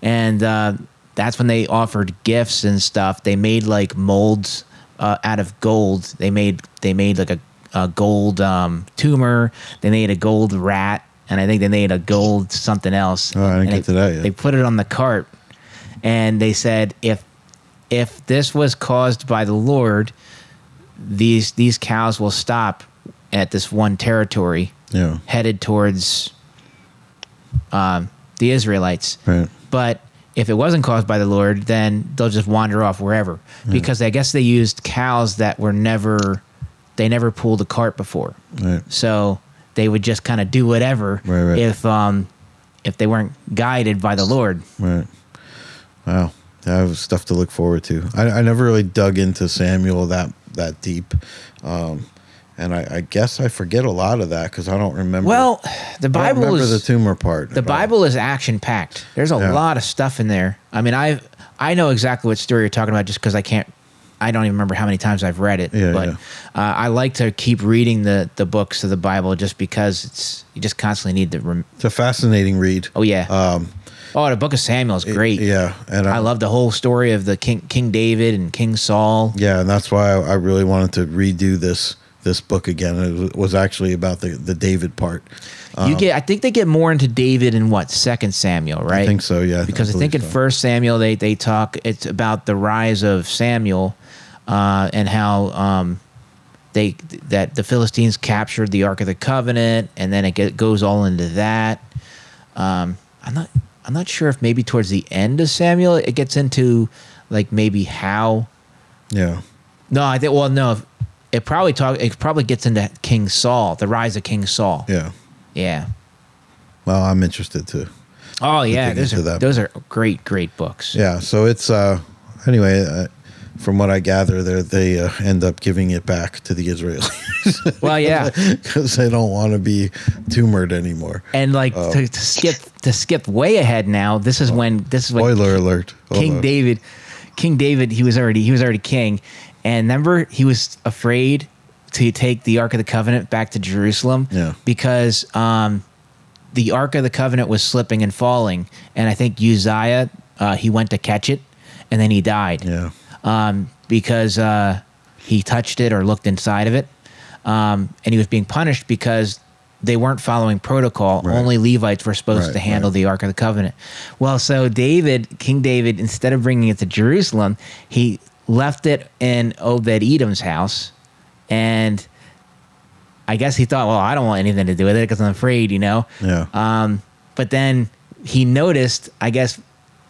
and uh, that's when they offered gifts and stuff. They made like molds uh, out of gold. They made they made like a, a gold um, tumor. They made a gold rat, and I think they made a gold something else.
Oh, I didn't
And
get
they,
to that yet.
They put it on the cart, and they said if if this was caused by the Lord, these these cows will stop at this one territory
yeah,
headed towards um, uh, the Israelites.
right,
But if it wasn't caused by the Lord, then they'll just wander off wherever because I guess they used cows that were never they never pulled a cart before,
Right.
so they would just kind of do whatever
Right, right.
if um if they weren't guided by the Lord.
Right. Wow. I have stuff to look forward to. I, I never really dug into Samuel that that deep, um, and I, I guess I forget a lot of that because I don't remember.
Well, the
I don't
Bible
remember
is
the tumor part. at
The
all.
Bible is action packed. There's a
Yeah.
lot of stuff in there. I mean, I I know exactly what story you're talking about just because I can't. I don't even remember how many times I've read it.
Yeah,
but
yeah.
Uh, I like to keep reading the the books of the Bible just because it's you just constantly need to. Rem-
It's a fascinating read.
oh yeah.
Um,
oh, the Book of Samuel is
it-
great.
yeah, and
I
um,
love the whole story of the King King David and King Saul.
Yeah, and that's why I, I really wanted to redo this this book again. It was- was actually about the the David part.
you get, I think they get more into David in what Second Samuel, right?
um, I think so. Yeah,
because I,
believe
think in
so.
First Samuel they they talk it's about the rise of Samuel uh, and how um, they that the Philistines captured the Ark of the Covenant, and then it get, goes all into that. Um, I'm not I'm not sure if maybe towards the end of Samuel it gets into like maybe how
yeah,
no I think well no it probably talk it probably gets into King Saul the rise of King Saul
yeah.
yeah.
Well, I'm interested too.
Oh yeah,
dig
those
into
are
that.
those are great, great books.
Yeah, so it's uh anyway. Uh, from what I gather, they they uh, end up giving it back to the Israelis (laughs)
Well, yeah,
because they don't want to be tumored anymore.
and like to, to skip to skip way ahead now. This is when this is when
Spoiler alert! Hold
King
on.
David, King David, he was already he was already king, and remember he was afraid to take the Ark of the Covenant back to Jerusalem
Yeah.
because um, the Ark of the Covenant was slipping and falling, and I think Uzziah uh, he went to catch it, and then he died
Yeah,
um, because uh, he touched it or looked inside of it. Um, and he was being punished because they weren't following protocol.
Right.
Only Levites were supposed
Right,
to handle
right.
the Ark of the Covenant. Well, so David, King David, instead of bringing it to Jerusalem, he left it in Obed Edom's house. And I guess he thought, well, I don't want anything to do with it because I'm afraid, you know?
yeah,
Um, but then he noticed, I guess,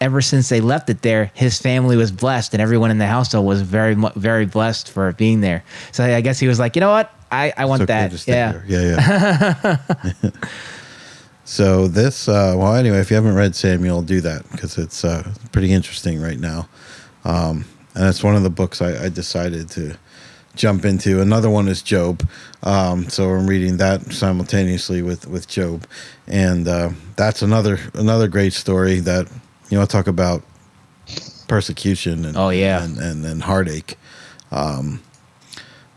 ever since they left it there, his family was blessed, and everyone in the household was very, mu- very blessed for being there. So I guess he was like, you know what, I, I want
It's okay
that.
to stay
Yeah,
there. yeah, yeah.
(laughs)
(laughs) so this, uh, well, anyway, if you haven't read Samuel, do that because it's uh, pretty interesting right now, um, and it's one of the books I, I decided to jump into. Another one is Job, um, so I'm reading that simultaneously with with Job, and uh, that's another another great story that you know talk about persecution and
Oh, yeah.
and and, and heartache. Um,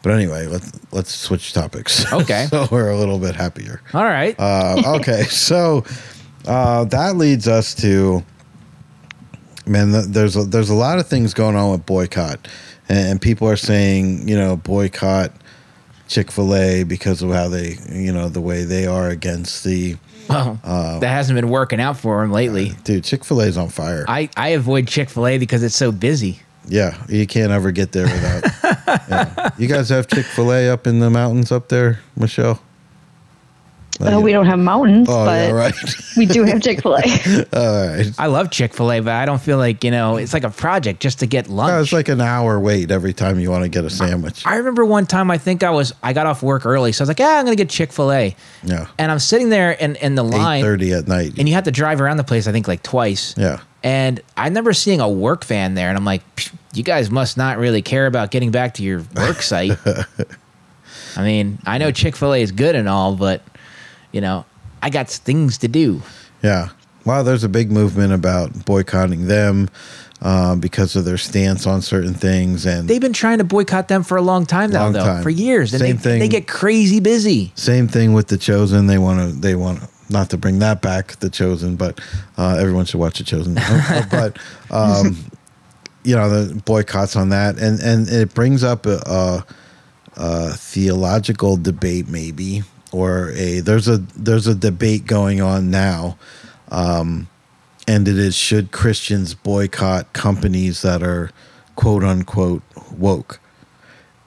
but anyway, let's let's switch topics. (laughs)
Okay.
so we're a little bit happier.
all right.
Uh, okay, (laughs) so uh, that leads us to man. th- There's a, there's a lot of things going on with boycott, and, and people are saying you know boycott Chick Fil A because of how they you know the way they are against the
well,
uh,
that hasn't been working out for him lately.
dude. Chick Fil A is on fire.
I, I avoid Chick Fil A because it's so busy.
yeah, you can't ever get there without.
(laughs)
yeah. You guys have Chick Fil A up in the mountains up there, Michelle.
Oh, we don't have mountains,
Oh,
but
yeah, right. (laughs)
we do have Chick Fil A.
All right.
I love Chick Fil A, but I don't feel like you know it's like a project just to get lunch.
No, it's like an hour wait every time you want to get a sandwich.
I remember one time I think I was I got off work early, so I was like, yeah, I'm gonna get Chick Fil A,
Yeah.
and I'm sitting there in in the
Eight
line.
thirty at night.
and you have to drive around the place i think like twice
Yeah.
and i remember seeing a work van there and i'm like "Psh, you guys must not really care about getting back to your
(laughs)
work site i mean i know chick-fil-a is good and all but you know i got things to do
Yeah. Wow, there's a big movement about boycotting them uh, because of their stance on certain things. And
they've been trying to boycott them for a long time now
Long
though
time.
for years and
Same
they,
thing.
they get crazy busy
same thing with the chosen. They want to. They want not to bring that back. The chosen, but uh, everyone should watch the chosen. (laughs) Uh, but um, you know the boycotts on that, and and it brings up a, a, a theological debate, maybe, or a there's a there's a debate going on now. um, and it is should Christians boycott companies that are quote unquote woke?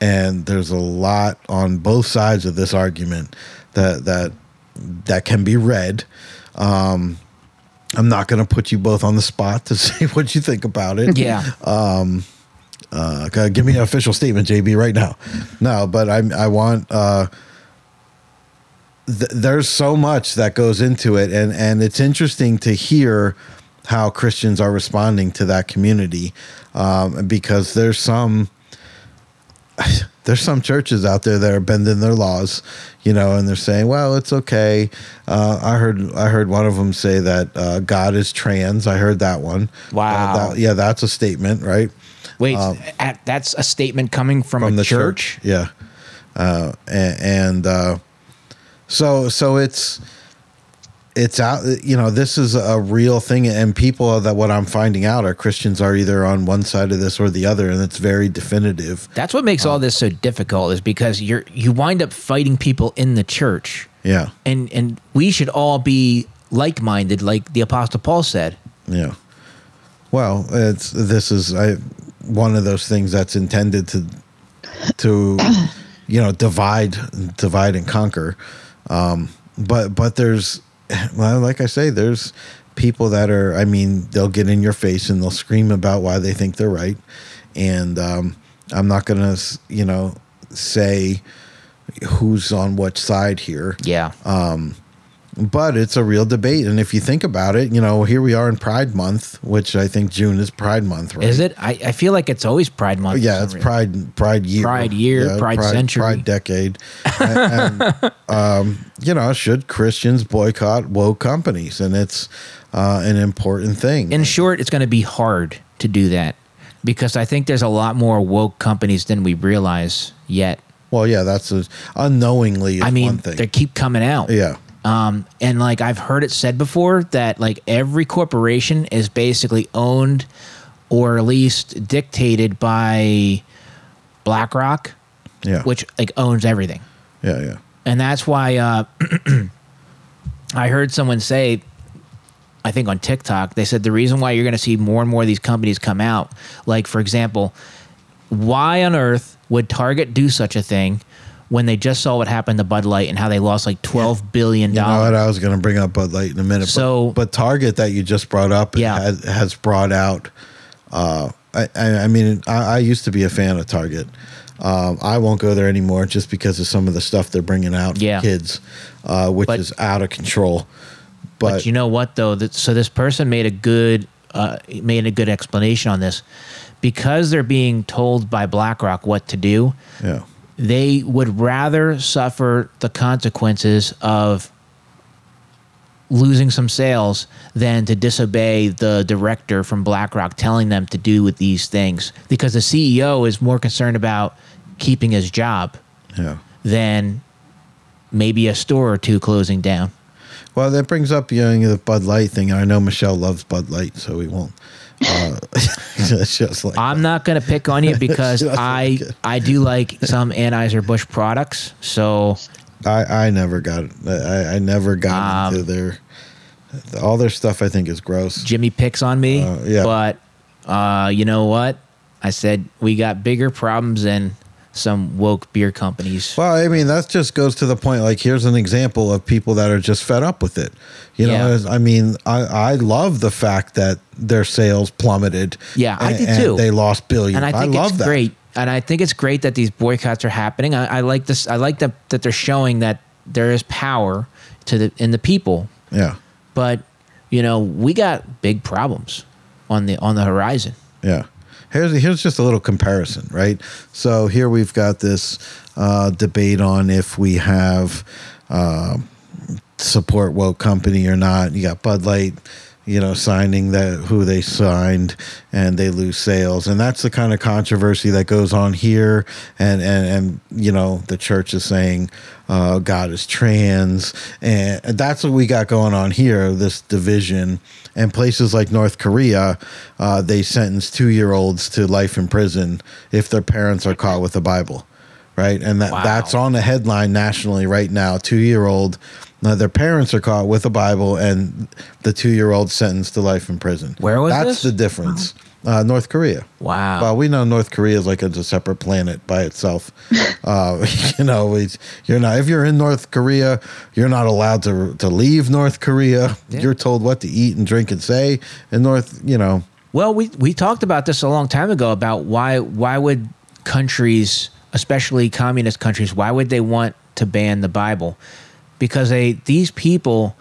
And there's a lot on both sides of this argument that that that can be read. Um, I'm not going to put you both on the spot to (laughs) say what you think about it.
Yeah.
Uh, g- give me an official statement, JB, right now. No, but I I want. Uh, th- there's so much that goes into it, and and it's interesting to hear how Christians are responding to that community, um, because there's some (sighs) there's some churches out there that are bending their laws, you know, and they're saying, "Well, it's okay." Uh, I heard I heard one of them say that uh, God is trans. I heard that one.
Wow.
Uh, that- yeah, that's a statement, right?
Wait, at, that's a statement coming from, a
um, from the
church?
church. Yeah, uh, and, and uh, so so it's it's out. You know, this is a real thing, and people that what I'm finding out are Christians are either on one side of this or the other, and it's very definitive.
That's
Uh,
what makes all this so difficult is because you're you wind up fighting people in the church.
Yeah,
And and we should all be like-minded like the apostle Paul said.
yeah. Well, it's this is I, one of those things that's intended to to you know divide divide and conquer um but but there's well like i say there's people that are i mean they'll get in your face and they'll scream about why they think they're right and um i'm not gonna s- you know say who's on which side here
Yeah.
Uh, but it's a real debate and if you think about it you know here we are in pride month which i think june is pride month right
is it? I, I feel like it's always Pride Month. for
yeah,
some
it's
reason.
Pride Pride year,
Pride year, Pride century.
Pride decade. and, and, um, you know, should Christians boycott woke companies? And it's uh, an important thing.
In short, it's going to be hard to do that because I think there's a lot more woke companies than we realize yet.
well, yeah, that's a, unknowingly. Is
I
one
mean,
thing.
they keep coming out.
yeah,
Um, and like I've heard it said before that like every corporation is basically owned or at least dictated by BlackRock,
yeah,
which like owns everything.
yeah, yeah,
And that's why uh, (clears throat) I heard someone say, I think on TikTok, they said the reason why you're going to see more and more of these companies come out, like for example, why on earth would Target do such a thing when they just saw what happened to Bud Light and how they lost like twelve billion
You know
dollars?
what? I was going to bring up Bud Light in a minute. but-
So-
but, Target that you just brought up,
Yeah.
has, has brought out. Uh, I, I, I mean, I, I used to be a fan of Target. Um, I won't go there anymore just because of some of the stuff they're bringing out for
Yeah.
kids, uh, which
But-
is out of control. But,
But you know what though? That, so this person made a good uh, made a good explanation on this because they're being told by BlackRock what to do.
yeah,
they would rather suffer the consequences of losing some sales than to disobey the director from BlackRock telling them to do with these things because the CEO is more concerned about keeping his job
yeah.
than maybe a store or two closing down.
Well, that brings up you know the Bud Light thing. and I know Michelle loves Bud Light, so we won't. Uh, (laughs) it's just like
I'm not going to pick on you because
Just
I
like it.
I do like some Anheuser-Busch products. So
I, I never got I, I never got
Um,
into their all their stuff I think is gross.
Jimmy picks on me.
Uh, yeah.
But uh, you know what? I said we got bigger problems than some woke beer companies.
Well, I mean that just goes to the point. Like here's an example of people that are just fed up with it. You know,
Yeah.
I mean I I love the fact that their sales plummeted.
Yeah, I
and-
did
and
too.
They lost billions.
and I think
love
it's
that.
great. And I think it's great that these boycotts are happening. I, I like this. I like that that they're showing that there is power to the in the people.
Yeah,
But you know, we got big problems on the on the horizon.
yeah. Here's here's just a little comparison, right? So here we've got this uh, debate on if we have. Uh, support woke company or not. You got Bud Light, you know, signing that who they signed and they lose sales. And that's the kind of controversy that goes on here. And and, and you know, the church is saying uh, God is trans and that's what we got going on here, this division. And places like North Korea, uh, they sentence two year olds to life in prison if their parents are caught with the Bible right? And that,
Wow.
that's on the headline nationally right now. Two year old, now their parents are caught with a Bible, and the two year old sentenced to life in prison.
Where was
that's
this?
the difference? Uh, North Korea.
Wow.
Well, we know North Korea is like a, a separate planet by itself.
(laughs)
uh, (laughs) you know, it's, you're not if you're in North Korea, you're not allowed to to leave North Korea.
Yeah.
You're told what to eat and drink and say in North. You know,
Well, we we talked about this a long time ago about why why would countries, especially communist countries, why would they want to ban the Bible? Because they these people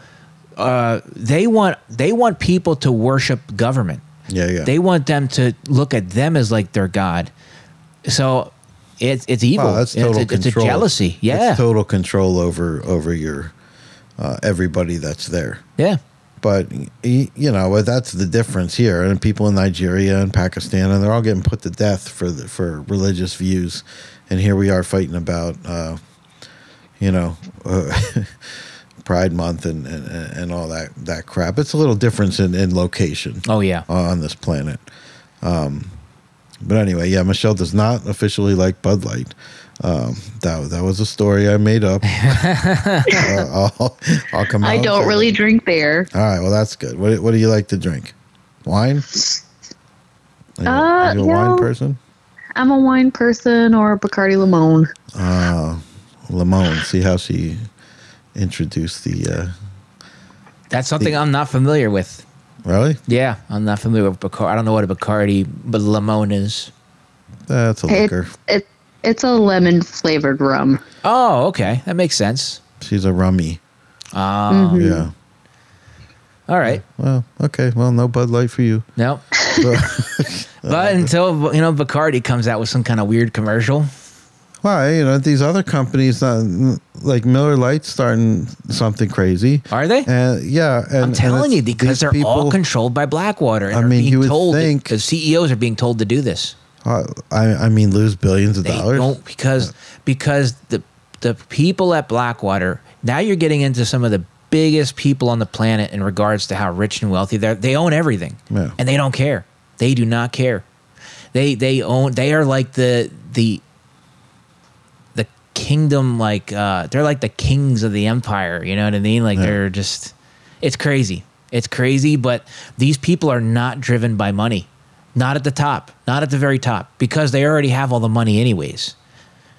uh, they want they want people to worship government.
Yeah, yeah.
They want them to look at them as like their god. So it's it's evil.
Wow, that's
It's a-
total
it's, a,
control.
jealousy. Yeah.
it's total control over over your uh, everybody that's there.
yeah.
But y- you know well, that's the difference here, and people in Nigeria and Pakistan, and they're all getting put to death for the, for religious views, and here we are fighting about, uh, you know, (laughs) uh, Pride Month and, and and all that that crap. It's a little difference in, in location
Oh yeah.
on this planet. Um, but anyway, yeah, Michelle does not officially like Bud Light. Um, that that was a story I made up. Uh, I'll, I'll come. Out
I
and
don't
say
really
it.
drink beer.
All right, well that's good. What what do you like to drink? Wine? Are you,
Uh,
are you a
you
wine
know-
person?
I'm a wine person or a Bacardi Limon.
Lamone. See how she introduced the.
That's something I'm not familiar with.
Uh, really?
Yeah, I'm not familiar with Bacardi. I don't know what a Bacardi, but Limon is.
That's a
It,
liquor.
it, it's a lemon flavored rum.
Oh, okay. That makes sense.
She's a rummy.
Uh,
Mm-hmm.
Yeah.
All right.
Well, okay. Well, no Bud Light for
(laughs)
you.
No.
Uh,
but until, you know, Bacardi comes out with some kind of weird commercial.
Why? You know these other companies, uh, like Miller Lite, starting something crazy.
Are they?
And yeah, and
I'm
and
telling
it's-
you, because
these
they're all
people-
controlled by Blackwater. And
I
are
mean,
being
you would
told
think-
the CEOs are being told to do this.
Uh, I I mean, lose billions of
They
dollars.
don't because because the the people at Blackwater now you're getting into some of the biggest people on the planet in regards to how rich and wealthy they are. They own everything,
Yeah.
and they don't care. They do not care. They they own. They are like the the the kingdom. Like uh, they're like the kings of the empire. You know what I mean? Like
Yeah.
they're just. It's crazy. It's crazy, but these people are not driven by money. Not at the top, not at the very top, because they already have all the money anyways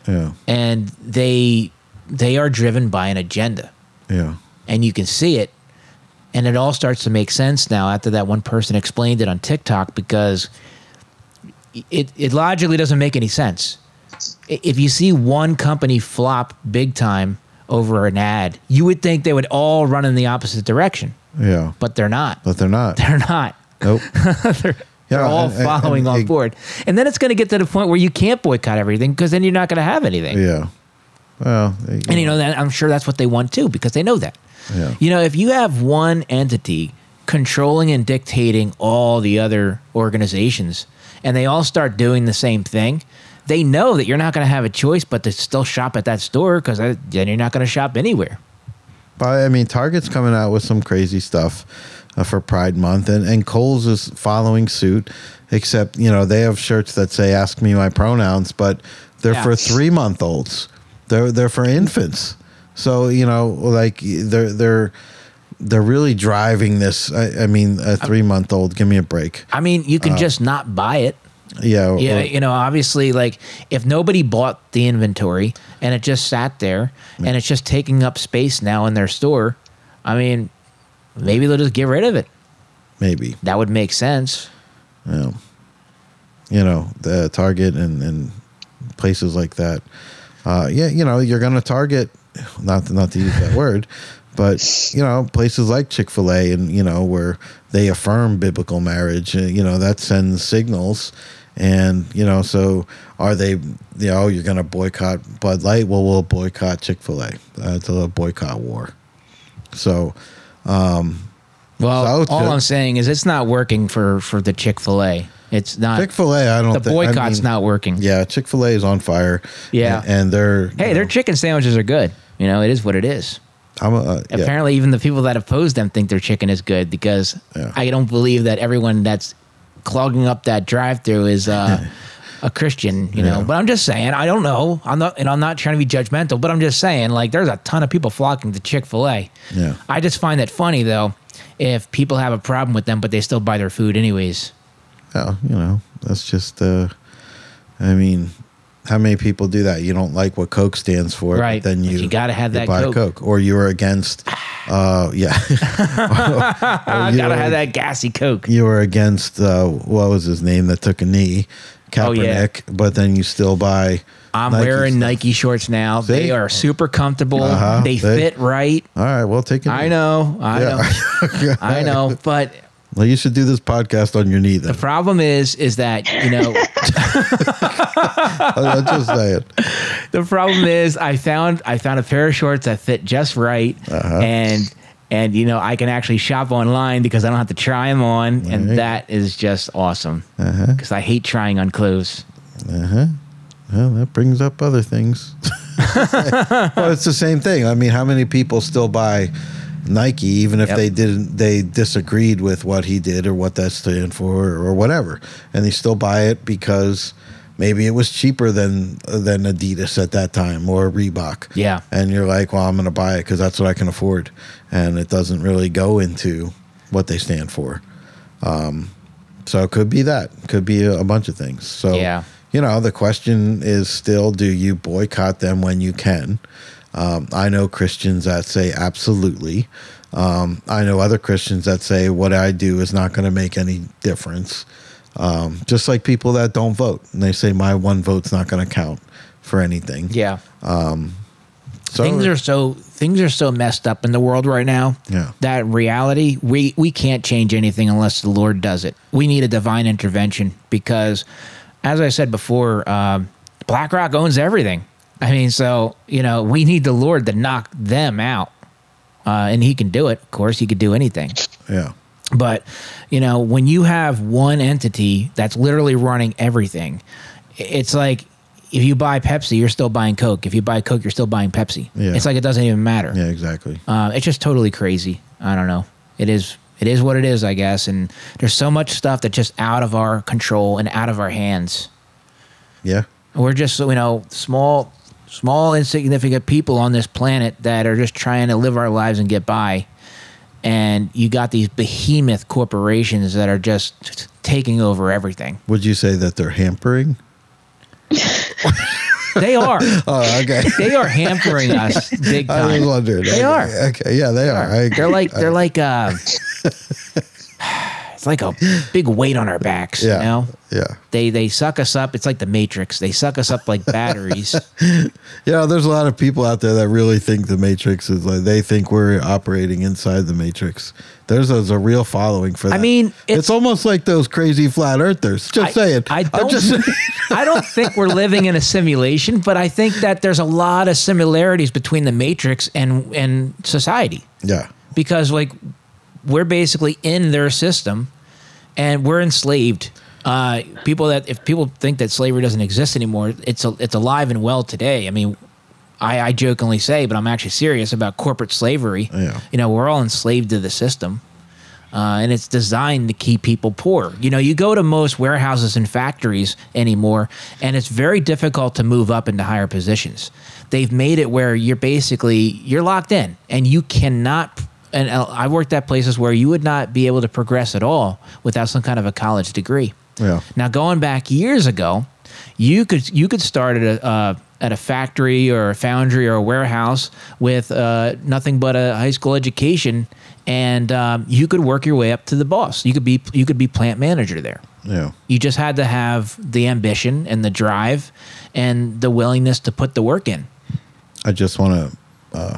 Yeah,
and they they are driven by an agenda
yeah.
and you can see it and it all starts to make sense now after that one person explained it on TikTok because it it logically doesn't make any sense. I- If you see one company flop big time over an ad, you would think they would all run in the opposite direction,
Yeah,
but they're not. (laughs)
but they're not.
They're not.
nope.
(laughs) they're, they're
Yeah,
all
and- and-
following
and
on
it-
board. And then it's going to get to the point where you can't boycott everything because then you're not going to have anything.
Yeah. Well,
And you know that I'm sure that's what they want too, because they know that.
Yeah.
You know, if you have one entity controlling and dictating all the other organizations, and they all start doing the same thing, they know that you're not going to have a choice but to still shop at that store because then you're not going to shop anywhere.
But I mean, Target's coming out with some crazy stuff uh, for Pride Month, and and Kohl's is following suit. Except you know they have shirts that say "Ask me my pronouns," but they're
Yeah.
for three month olds. They're they're for infants. So you know, like they're they're they're really driving this. I, I mean, a three month old, give me a break.
I mean, you can just not buy it.
Yeah, or-
Yeah, you know, obviously, like if nobody bought the inventory and it just sat there and it's just taking up space now in their store, I mean, maybe they'll just get rid of it.
maybe.
That would make sense.
Yeah. Um, You know, the Target and, and places like that. Uh, yeah, you know, you're going to target, not not to use
(laughs)
that word, but you know, places like Chick Fil A and you know where they affirm biblical marriage. uh, You know, that sends signals, and you know, so are they? You know, you're going to boycott Bud Light. Well, we'll boycott Chick Fil A. Uh, it's a little boycott war. So
Well,
So-
all I'm saying is it's not working for for the Chick Fil A. It's not
Chick Fil A, I don't.
the
thi- I
boycott's
mean-
not working.
Yeah, Chick Fil A is on fire.
Yeah.
and, and they're
Hey,
you
their
know,
chicken sandwiches are good. You know, it is what it is.
I'm a, uh, yeah.
Apparently, even the people that oppose them think their chicken is good because
Yeah.
I don't believe that everyone that's clogging up that drive-through
(laughs)
is uh, a Christian. You know,
Yeah.
but I'm just saying I don't know. I'm not, and I'm not trying to be judgmental, but I'm just saying like there's a ton of people flocking to Chick Fil A.
Yeah.
I just find that funny though if people have a problem with them, but they still buy their food anyways.
Oh, you know, that's just. Uh, I mean, how many people do that? You don't like what Coke stands for, but
Right.
then you
You gotta have that
buy
Coke.
Coke, or you're
(sighs)
against. Uh, yeah, (laughs)
I
you
gotta
are-
have that gassy Coke.
you were against. Uh, what was his name that took a knee, Kaepernick?
Oh, yeah.
But then you still buy.
I'm
Nike
wearing
stuff.
Nike shorts now. They
See?
are super comfortable.
Uh-huh.
They,
They-
fit right.
All right, well, take it.
I know. I
(laughs)
know. I know. But
Well, you should do this podcast on your knee then.
(laughs) the problem is, is that you know, (laughs)
I- I'm just saying.
the problem is, I found I found a pair of shorts that fit just right,
Uh-huh.
and and you know, I can actually shop online because I don't have to try them on, and
Right. Uh-huh.
that is just awesome. Because I hate trying on clothes.
Well, that brings up other things. (laughs) well, it's the same thing. I mean, how many people still buy Nike even if
Yep.
they didn't they disagreed with what he did or what that stand for or, whatever, and they still buy it because maybe it was cheaper than than Adidas at that time or Reebok.
Yeah.
And you're like, "Well, I'm going to buy it because that's what I can afford." And it doesn't really go into what they stand for. So it could be that. Could be a, a bunch of things. So
Yeah.
you know, the question is still: Do you boycott them when you can? Um, I know Christians that say absolutely. Um, I know other Christians that say what I do is not going to make any difference. Um, just like people that don't vote and they say my one vote's not going to count for anything.
Yeah.
so
things are so things are so messed up in the world right now.
Yeah.
That reality, we we can't change anything unless the Lord does it. We need a divine intervention because, as I said before, um, BlackRock owns everything. I mean, so you know, we need the Lord to knock them out, uh, and He can do it. Of course, He could do anything.
yeah,
But you know, when you have one entity that's literally running everything, i- it's like if you buy Pepsi, you're still buying Coke. If you buy Coke, you're still buying Pepsi.
Yeah.
It's like it doesn't even matter.
yeah, exactly.
Uh, it's just totally crazy. I don't know. It is. It is what it is, I guess. And there's so much stuff that's just out of our control and out of our hands.
Yeah,
We're just you know small, small insignificant people on this planet that are just trying to live our lives and get by. And you got these behemoth corporations that are just t- taking over everything.
would you say that they're hampering?
They
(laughs)
are.
Oh,
(laughs)
okay.
they are hampering us big
I was
time.
wondering.
They
okay.
are.
Okay. Yeah, they are. I,
They're like they're
(laughs)
like uh, it's like a big weight on our backs.
yeah,
You know.
yeah.
They they suck us up. It's like the Matrix. They suck us up
(laughs)
like batteries.
You know, there's a lot of people out there that really think the Matrix is like they think we're operating inside the Matrix. There's a, there's a real following for that.
mean,
it's,
it's-
almost like those crazy flat earthers. Just
I-
saying.
I
I'm
don't-
just (laughs)
(laughs)
saying.
I don't think we're living in a simulation, but I think that there's a lot of similarities between the Matrix and and society
yeah.
because like we're basically in their system and we're enslaved. Uh, people that if people think that slavery doesn't exist anymore, it's a, it's alive and well today. I mean, I, I jokingly say, but I'm actually serious about corporate slavery.
Yeah.
You know, we're all enslaved to the system. Uh, and it's designed to keep people poor. You know, you go to most warehouses and factories anymore, and it's very difficult to move up into higher positions. They've made it where you're basically you're locked in, and you cannot. And uh, I worked at places where you would not be able to progress at all without some kind of a college degree.
Yeah.
Now, going back years ago, you could you could start at a uh, at a factory or a foundry or a warehouse with uh, nothing but a high school education, and um, you could work your way up to the boss. You could be you could be plant manager there.
Yeah.
You just had to have the ambition and the drive, and the willingness to put the work in.
I just want to uh,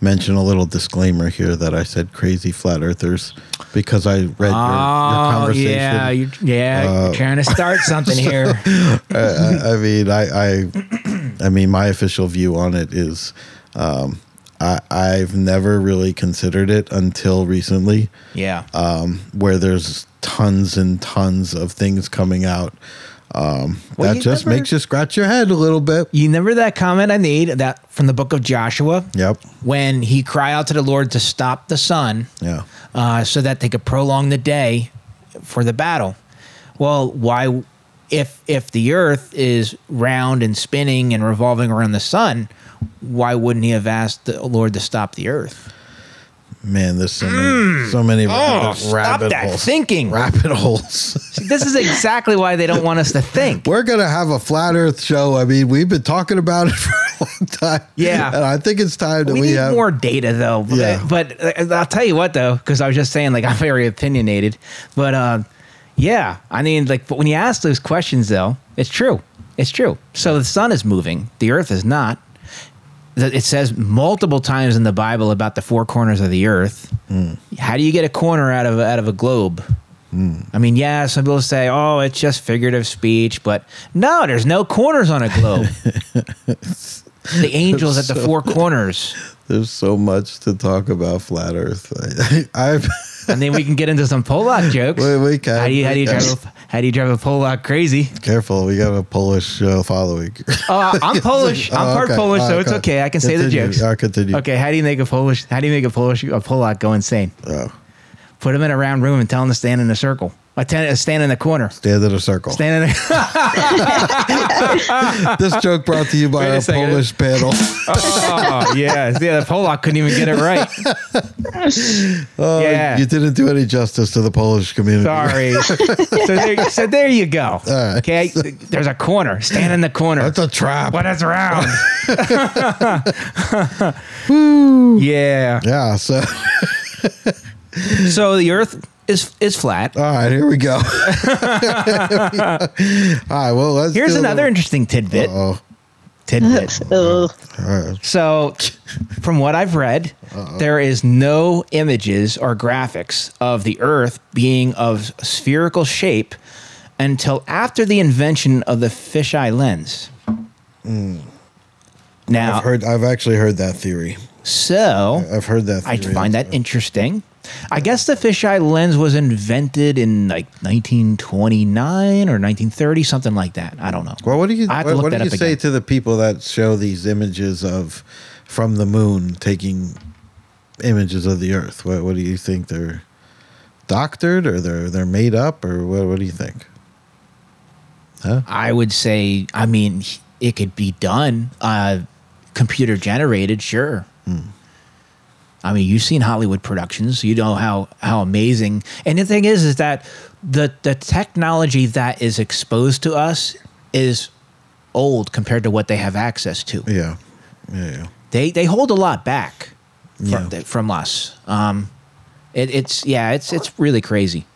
mention a little disclaimer here that I said crazy flat earthers because I read your, your
Oh
conversation. Uh,
yeah, you yeah, you're trying
(laughs)
to start something here.
I, I mean, I, I, I (clears throat) mean, my official view on it is, um, I, I've never really considered it until recently,
Yeah,
um, where there's tons and tons of things coming out. Um,
Well,
that
you
just
never-
makes you scratch your head a little bit.
you remember that comment I made that from the book of Joshua?
Yep.
when he cried out to the Lord to stop the sun
Yeah.
uh, so that they could prolong the day for the battle. Well, why, if if the Earth is round and spinning and revolving around the sun, why wouldn't he have asked the Lord to stop the Earth?
Man, there's so many,
Mm.
so
Oh,
many rabbit,
stop
rabbit
that
holes.
thinking.
Rabbit holes. (laughs)
This is exactly why they don't want us to think.
We're gonna have a flat Earth show. I mean, we've been talking about it (laughs) for a long time.
Yeah.
and I think it's time that we,
We, need
have
more data though. But-
Yeah.
But, uh, I'll tell you what though, because I was just saying like I'm very opinionated. But um, yeah, I mean like but when you ask those questions though, it's true. It's true. So the sun is moving. The earth is not. Th- It says multiple times in the Bible about the four corners of the earth.
Hmm.
How do you get a corner out of a- out of a globe?
Hmm.
I mean, yeah, some people say, "Oh, it's just figurative speech," but no, there's no corners on a
(laughs)
globe. the angels at the four corners.
There's so much to talk about flat Earth. (laughs) I, I,
and then we can get into some Pollock jokes.
We- we can,
How do you how do you
we can.
drive a, how do you drive a Pollock crazy?
(laughs) careful, we got a Polish uh, following.
Oh, I- I'm Polish. I'm
Oh,
part
okay.
Polish, so
Oh,
it's
okay.
okay. I can say the
Continue.
jokes.
I'll continue.
Okay, how do you make a Polish? How do you make a Polish a Pollock go insane?
Oh,
Put him in a round room and tell him to stand in a circle. I tell stand in the corner.
stand in a circle.
Stand in. A, (laughs)
this joke brought
(laughs)
to you by
Wait a
our
second.
Polish panel.
oh yeah, yeah. The Pollock couldn't even get it right.
(laughs) Oh,
(laughs) Yeah.
You didn't do any justice to the Polish community. (laughs)
Sorry. so, there, so there you go.
right.
Okay, there's a corner. Stand in the corner.
That's a trap.
What is round? yeah.
Yeah. So, (laughs)
So the Earth is is flat.
all right, here we go. (laughs) all right. Well, let's.
Here's
do a
another interesting tidbit.
little- (laughs)
Tidbit.
Ugh.
Oh, all right.
So, from what I've read, there is no images or graphics of the Earth being of spherical shape until after the invention of the fisheye lens. Now,
Hmm. I've heard. I've actually heard that theory.
so
I've heard that.
I
Theory.
find that interesting. I guess the fisheye lens was invented in like 1929 or 1930, something like that. I don't know.
Well, what do you
I have
what,
to look
what do
that
you
up
say
again.
to the people that show these images of from the moon taking images of the Earth? What what do you think they're doctored or they're they're made up or what what do you think? Huh?
I would say, I mean, it could be done, uh, computer generated, sure.
Hmm.
I mean, you've seen Hollywood productions, you know how how amazing. And the thing is, is that the the technology that is exposed to us is old compared to what they have access to.
Yeah, yeah, yeah.
they they hold a lot back from,
Yeah.
th- from us. Um, it, it's yeah, it's it's really crazy.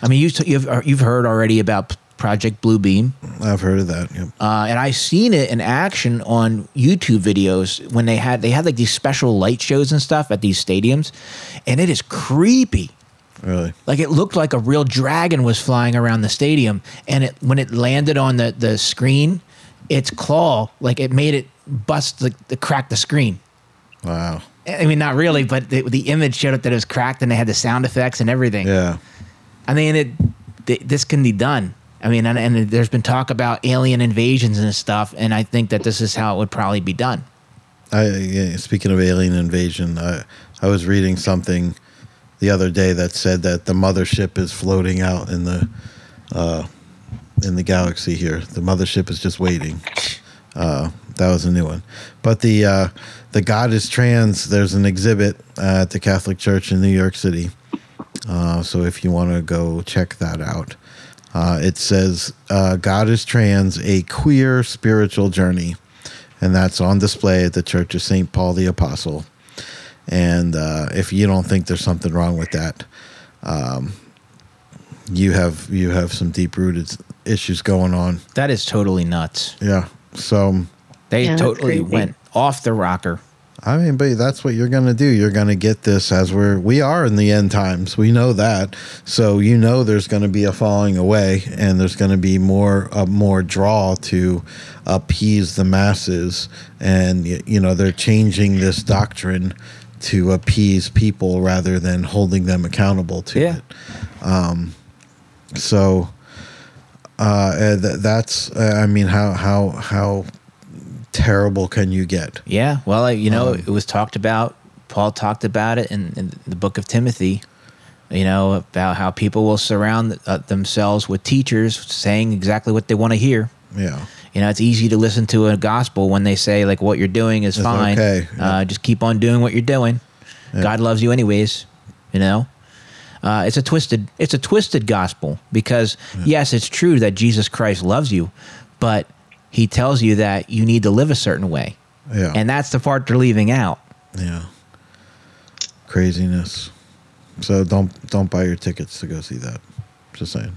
I mean, you t- you've you've heard already about Project Blue Beam,
I've heard of that. Yep.
uh, and I've seen it in action on YouTube videos when they had they had like these special light shows and stuff at these stadiums, and it is creepy.
Really?
Like it looked like a real dragon was flying around the stadium, and it when it landed on the the screen, its claw like it made it bust the, the crack the screen.
Wow.
I mean, not really, but the, the image showed up that it was cracked, and they had the sound effects and everything.
Yeah.
I mean, it th- this can be done. I mean, and, and there's been talk about alien invasions and stuff, and I think that this is how it would probably be done.
I yeah, speaking of alien invasion, I I was reading something the other day that said that the mothership is floating out in the uh, in the galaxy here. The mothership is just waiting. Uh, that was a new one, but the uh, the God is trans. There's an exhibit uh, at the Catholic Church in New York City. Uh, so if you want to go check that out, uh, it says uh, God is Trans, a queer spiritual journey. And that's on display at the Church of St. Paul the Apostle. And uh, if you don't think there's something wrong with that, um, you have you have some deep rooted issues going on.
That is totally nuts.
Yeah. So
They
Yeah, that's
totally
crazy.
went off the rocker.
I mean, but that's what you're going to do. You're going to get this as we're we are in the end times. We know that. So you know there's going to be a falling away, and there's going to be more a more draw to appease the masses, and y- you know they're changing this doctrine to appease people rather than holding them accountable to
Yeah.
it. Um, So uh, uh, th- that's uh, I mean how how how terrible can you get?
Yeah. Well, I- you know, it was talked about. Paul talked about it in, in the book of Timothy. You know about how people will surround uh, themselves with teachers saying exactly what they want to hear.
Yeah.
You know, it's easy to listen to a gospel when they say like what you're doing is
It's
fine.
okay.
Uh, just keep on doing what you're doing. God loves you anyways. You know, uh, it's a twisted it's a twisted gospel because yes, it's true that Jesus Christ loves you, but He tells you that you need to live a certain way,
Yeah.
and that's the part they're leaving out.
yeah. Craziness. So don't don't buy your tickets to go see that. Just saying.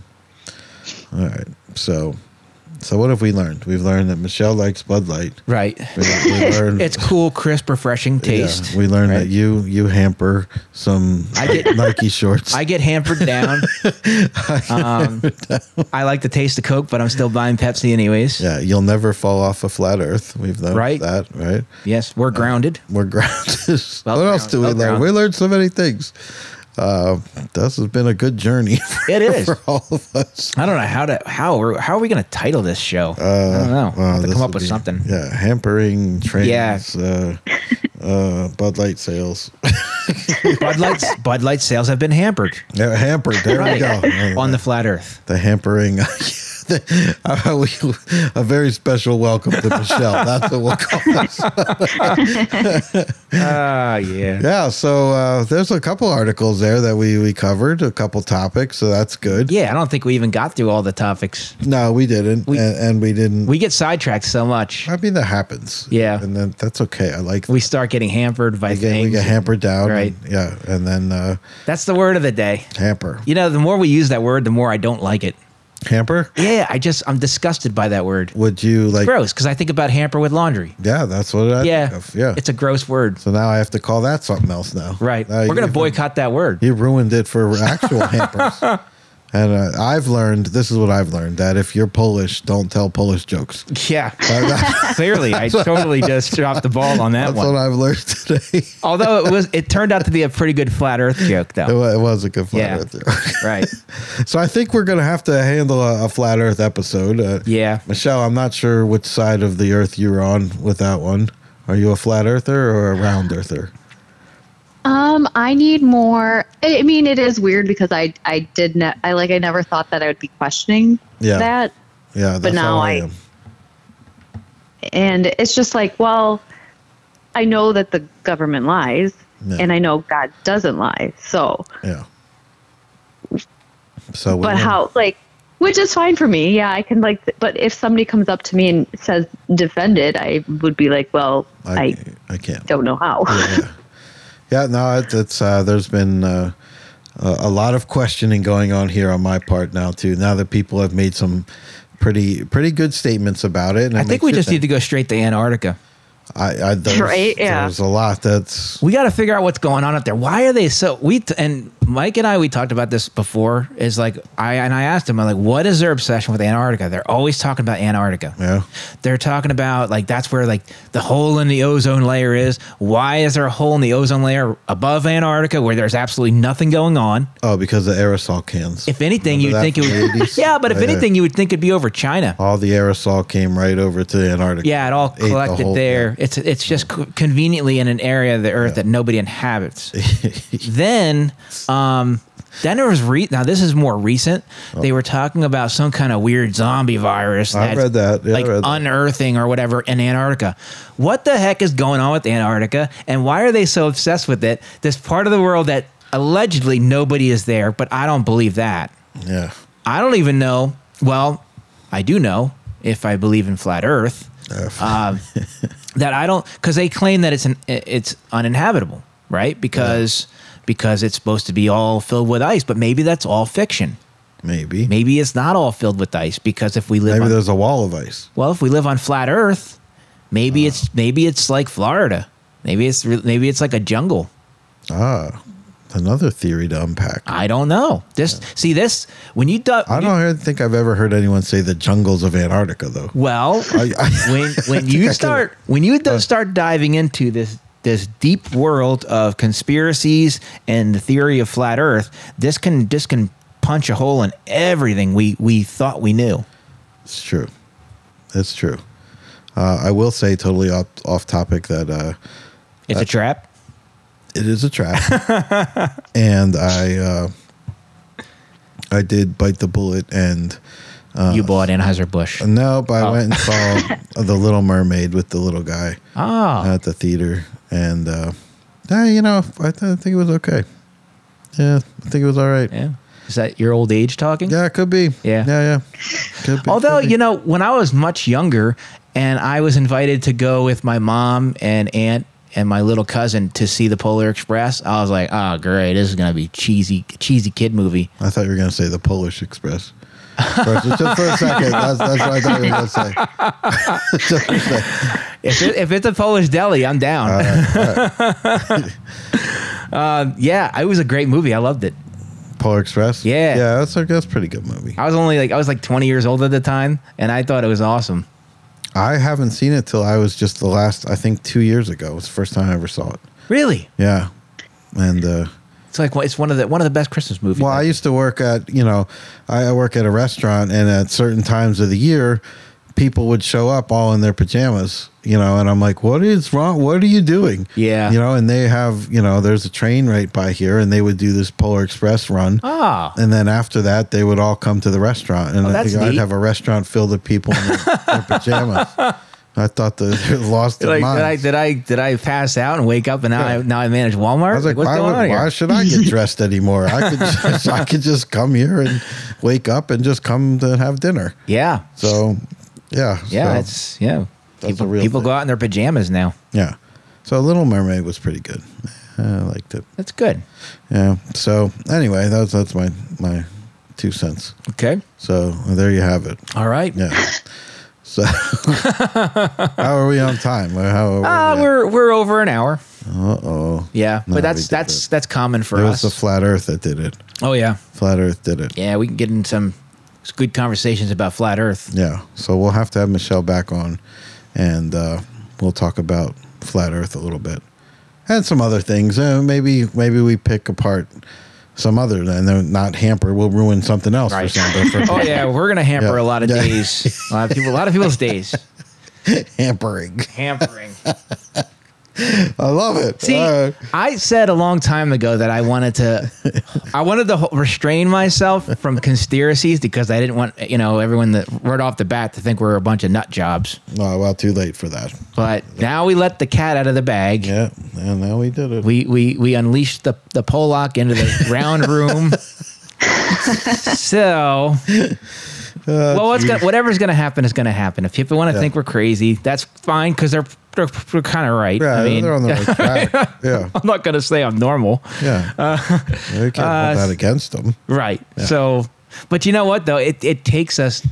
All right. So so what have we learned? We've learned that Michelle likes Bud Light.
Right.
We, we learned, (laughs)
(laughs) It's cool, crisp, refreshing
yeah,
taste.
we learned that
right?
you you hamper some
I
(laughs)
get-
Nike shorts.
I get hampered
(laughs)
down. um, I like to taste the Coke, but I'm still buying Pepsi anyways.
yeah, you'll never fall off a flat Earth. We've learned
Right.
that, right?
Yes,
Uh,
we're grounded.
We're grounded.
(laughs) Well
what else
grounded,
do we
well
learn?
grounded.
We learned so many things. Uh, this has been a good journey. (laughs) For,
It is.
for all of us.
I don't know how to how we're- how are we going to title this show.
Uh,
I don't know. We'll
Wow,
have to
this
come up
would
with
be-
something.
Yeah, hampering trains.
Yeah.
Uh, uh, Bud Light sales.
(laughs) (laughs) Bud Light's Bud Light sales have been hampered
Yeah, hampered. (laughs) There we go.
(laughs) on the
(laughs)
flat Earth.
the hampering. the- uh, we- a very special welcome to
(laughs)
Michelle. That's what we'll call this.
Ah, yeah.
Yeah, so uh, there's a couple articles there that we, we covered, a couple topics, so that's good.
Yeah, I don't think we even got through all the topics.
No, we didn't,
We-
and, and we didn't.
We get sidetracked so much.
I mean, that happens.
Yeah.
and then that's okay. I like
We start getting hampered by
we get,
things.
we get hampered down.
Right.
and- yeah, and then uh,
That's the word of the day.
hamper,
You know, the more we use that word, the more I don't like it.
hamper.
Yeah, I just I'm disgusted by that word.
Would you like?
Gross, because I think about hamper with laundry.
Yeah, that's what I
Yeah,
think of. Yeah.
It's a gross word.
so now I have to call that something else now.
Right.
Now
We're
you-
gonna boycott that word.
You ruined it for
(laughs)
actual hampers. And uh, I've learned this is what I've learned that if you're Polish, don't tell Polish jokes. (laughs)
Yeah. Clearly, I totally just dropped the ball on that
That's
one.
what I've learned (laughs) today.
Although it was, it turned out to be a pretty good flat Earth joke,
It
though.
wa- it was a good flat
Yeah.
earth. joke.
Right.
(laughs) so I think we're going to have to handle a, a flat earth episode. Uh, (laughs)
Yeah.
Michelle, I'm not sure which side of the earth you're on with that one. Are you a flat earther or a round earther?
Um, I need more. I I mean, it is weird because I I did ne- I like I never thought that I would be questioning
Yeah.
that,
Yeah, that's
now
how I,
I-
am.
and it's just like, well, I know that the government lies,
Yeah.
and I know God doesn't lie. So,
Yeah. So, we
but
win.
how like, which is fine for me. Yeah, I can like. But if somebody comes up to me and says defend it, I would be like, well, I,
I, (laughs) I can't.
don't know how.
yeah. yeah, no, it, it's uh, there's been uh, a a lot of questioning going on here on my part now too. Now that people have made some pretty pretty good statements about it, and
I think we just need to go straight to Antarctica.
I, I there's,
Right, yeah.
there's a lot that's
We got to figure out what's going on up there. Why are they so we t- and Mike and I we talked about this before. Is like I and I asked him I'm like, what is their obsession with Antarctica? They're always talking about Antarctica.
yeah
They're talking about like that's where like the hole in the ozone layer is. Why is there a hole in the ozone layer above Antarctica where there's absolutely nothing going on?
oh because the aerosol cans.
If anything,
Remember
you'd
that
think it
from the Oh,
would.
80s?
(laughs) yeah, but if
Right there.
anything, you would think it'd be over China.
all the aerosol came right over to Antarctica.
Yeah, it all
Oh, ate the
collected
whole
there. It's it's just co- conveniently in an area of the Earth that
(laughs)
nobody inhabits. then, um, then there was re- now this is more recent. They were talking about some kind of weird zombie virus.
Oh. I
that's,
read that. Yeah, I
like
read that.
unearthing or whatever in Antarctica. What the heck is going on with Antarctica, and why are they so obsessed with it? This part of the world that allegedly nobody is there, but I don't believe that.
Yeah,
I don't even know. Well, I do know if I believe in flat Earth.
Uh,
um, that I don't because they claim that it's an it's uninhabitable, right? Because because it's supposed to be all filled with ice, but maybe that's all fiction.
maybe maybe,
Maybe it's not all filled with ice because if we live on,
there's a wall of ice.
well, if we live on flat Earth, maybe it's maybe it's like Florida. Maybe it's re- maybe it's like a jungle.
Ah, another theory to unpack.
I don't know. This see this when you du-
I don't hear- think I've ever heard anyone say the jungles of Antarctica though.
Well,
I- (laughs) I-
(laughs) when when
think I can- (laughs)
you
Uh.
start when you do- start diving into this this deep world of conspiracies and the theory of flat Earth, this can this can punch a hole in everything we we thought we knew.
It's true. It's true. Uh, I will say, totally off, off topic, that uh,
It's a trap.
it is a
(laughs)
trap, and I uh, I did bite the bullet, and
you bought Anheuser Busch.
no, but I
Oh.
went uh, and
(laughs)
saw the Little Mermaid with the little guy
Ah,
at the theater, and uh, Yeah, you know, I, th- I think it was okay. Yeah, I think it was all right. Yeah,
Yeah. Is that your old age talking?
it could be.
Yeah.
yeah, yeah. Could be,
Although,
could be.
you know, when I was much younger and I was invited to go with my mom and aunt and my little cousin to see the Polar Express, I was like, oh, great. This is going to be cheesy, cheesy kid movie.
I thought you were going to say the Polish Express. First, just for a second, that's, that's what I thought you were going to say. Just for a (laughs) second.
If, it, if it's a Polish deli, I'm down.
Uh-huh.
um, yeah, it was a great movie. I loved it.
(laughs) Polar Express.
Yeah.
yeah, that's a, that's a pretty good movie.
I was only like, I was like 20 years old at the time and I thought it was awesome.
I haven't seen it till I was just the last, I think, two years ago. It was the first time I ever saw it.
Really?
Yeah, and uh,
It's like, it's one of the, one of the best Christmas movies.
Well, I used to work at you know, I I work at a restaurant, and at certain times of the year, people would show up all in their pajamas, you know, and I'm like, "What is wrong? What are you doing?"
Yeah.
you know, and they have you know, there's a train right by here, and they would do this Polar Express run.
Ah.
And then after that, they would all come to the restaurant, and I
Oh, that's
think I'd
neat.
have a restaurant filled with people in their, their
(laughs)
pajamas. I thought they they lost their
Like, did I
minds.
did I did I pass out and wake up and now I now I manage Walmart?
I was like,
What's
why,
going on
would,
here?
why should I get dressed anymore? I
(laughs)
could just, I could just come here and wake up and just come to have dinner.
Yeah,
So, yeah,
yeah,
so,
that's yeah.
That's
people
a real
people
thing.
go out in their pajamas now.
yeah. So, Little Mermaid was pretty good. I liked it.
That's good.
Yeah. So, anyway, that's that's my my two cents.
Okay,
So there you have it.
all right.
Yeah. So, (laughs) how are we on time? Or How are we
Uh, we're we're over an hour.
Uh oh.
Yeah,
No,
but
we
that's
did
that's that's common for
It was
us.
the flat Earth that did it.
oh yeah,
Flat Earth did it.
yeah. We can get in some good conversations about flat
(laughs)
Earth.
Yeah. So we'll have to have Michelle back on and uh, we'll talk about flat earth a little bit and some other things. Uh, maybe maybe we pick apart some other and then not hamper. We'll ruin something else
Right.
for
(laughs)
something for
Oh yeah, we're gonna hamper
Yeah.
a lot of
Yeah.
days. A lot of people, a lot of
(laughs)
people's days.
(laughs) hampering.
Hampering.
I love it. Uh,
See,
All right.
I said a long time ago that I
(laughs)
wanted to, I wanted to ho- restrain myself from conspiracies because I didn't want you know everyone that right off the bat to think we're a bunch of nut jobs.
no, well, too late for that.
But now we let the cat out of the bag.
Yeah, and now we did it.
We we we unleashed the the Pollock into the
(laughs)
round room. so,
Uh,
well, what's gonna, whatever's going to happen is going to happen. If people want to think we're crazy, that's fine because they're they're, they're kind of
(laughs)
right.
yeah,
I mean,
they're on the right track. Yeah,
(laughs) I'm not going to say I'm normal. (laughs)
yeah. we can't
uh,
hold that against them.
Right. So, but you know what though? It it takes us.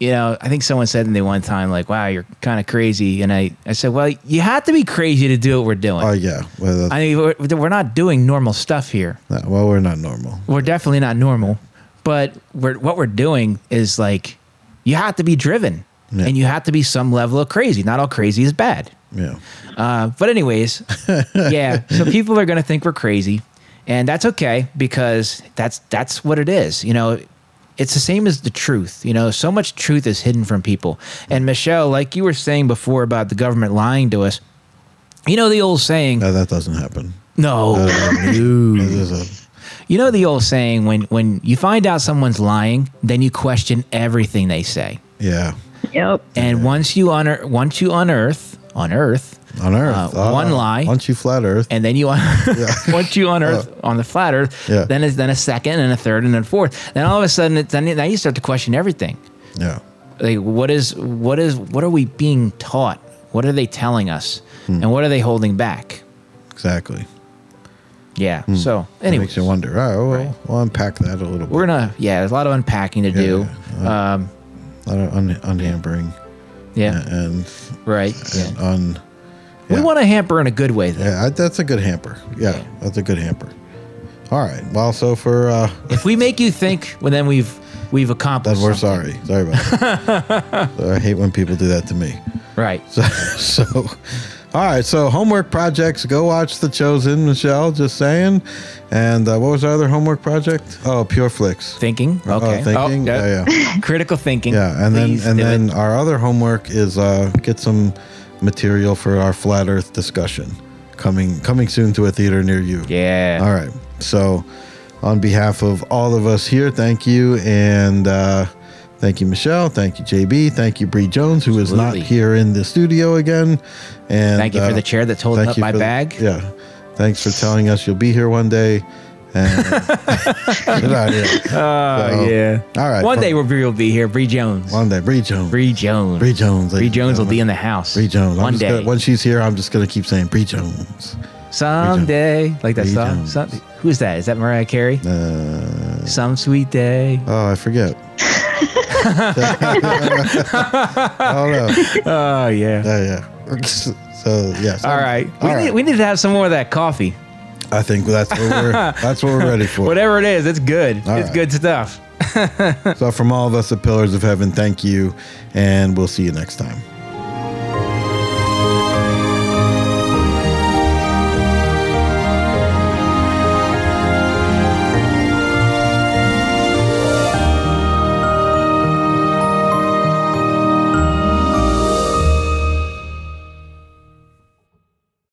You know, I think someone said to me one time, like, "Wow, you're kind of crazy," and I I said, "Well, you have to be crazy to do what we're doing."
Oh yeah. Well,
I mean, we're, we're not doing normal stuff here.
that's- well, we're not normal.
We're definitely not normal, but we're what we're doing is like, you have to be driven,
Yeah.
and you have to be some level of crazy. Not all crazy is bad.
Yeah.
Uh, but anyways, yeah. So people are gonna think we're crazy, and that's okay because that's that's what it is. You know, it's the same as the truth. You know, so much truth is hidden from people. And Michelle, like you were saying before about the government lying to us, you know the old saying.
No, that doesn't happen.
no,
This is a
you know the old saying when when you find out someone's lying, then you question everything they say.
yeah.
(laughs) Yep.
And once you unearth, once you unearth, unearth,
On Earth, Ah,
Uh, one lie.
Once you flat Earth,
and then you un- (laughs) once you unearth on the flat Earth,
Yeah.
then it's then a second and a third and a fourth. Then all of a sudden, it's, then now you start to question everything.
yeah,
Like, what is what is what are we being taught? What are they telling us?
Hmm.
And what are they holding back?
exactly.
Yeah. So,
It Hmm.
anyway,
makes you wonder. All right, well,
Right.
we'll unpack that a little bit.
we're gonna yeah. There's a lot of unpacking to do. Um,
A lot of un- unhampering
yeah,
and
Right. Yeah.
and un.
We
yeah.
want to hamper in a good way, though.
Yeah, I, that's a good hamper. Yeah,
Yeah.
that's a good hamper. All right. Well, so for uh,
If we make you think, well, then we've we've
that,
accomplished.
we're
something.
sorry. Sorry about
(laughs)
that. I hate when people do that to me. (laughs)
Right.
So, so, all right. So, homework projects. Go watch The Chosen, Michelle. Just saying. And uh, what was our other homework project? Oh, Pure Flicks.
Thinking.
Oh,
Okay.
thinking? Yeah, yeah.
Critical thinking.
Yeah, and
Please
then and
do it.
then our other homework is uh, get some material for our flat Earth discussion coming coming soon to a theater near you.
Yeah.
All right. So, on behalf of all of us here, thank you. And uh, thank you, Michelle. Thank you, JB. Thank you, Bree Jones, who is not
Absolutely.
here in the studio again. And uh,
Thank you for the chair that's holding
thank
up
you
my
for the-
bag.
yeah. Thanks for telling us you'll be here one day.
(laughs)
And (laughs) get out of here.
Oh,
So,
yeah.
all right,
One
fine.
day we'll be, we'll be here. Bree Jones.
One day, Bree Jones.
Bree Jones.
Bree Jones,
Bree
ladies and
Jones will be
gentlemen.
in the house.
Bree Jones. I'm
One
just
day.
Gonna, when she's here, I'm just gonna keep saying Bree Jones.
Someday. Like that
Bree
song.
Jones.
Some- who is that? Is that Mariah Carey?
Uh,
Some sweet day.
oh, I forget. (laughs) oh no.
Oh yeah.
Yeah, yeah. So yes.
All right. We,
All
Need,
right.
we need to have some more of that coffee.
I think that's what we're that's what we're ready for.
(laughs) Whatever it is, it's good.
All
it's
right.
good stuff.
So from all of us at Pillars of Heaven, thank you, and we'll see you next time.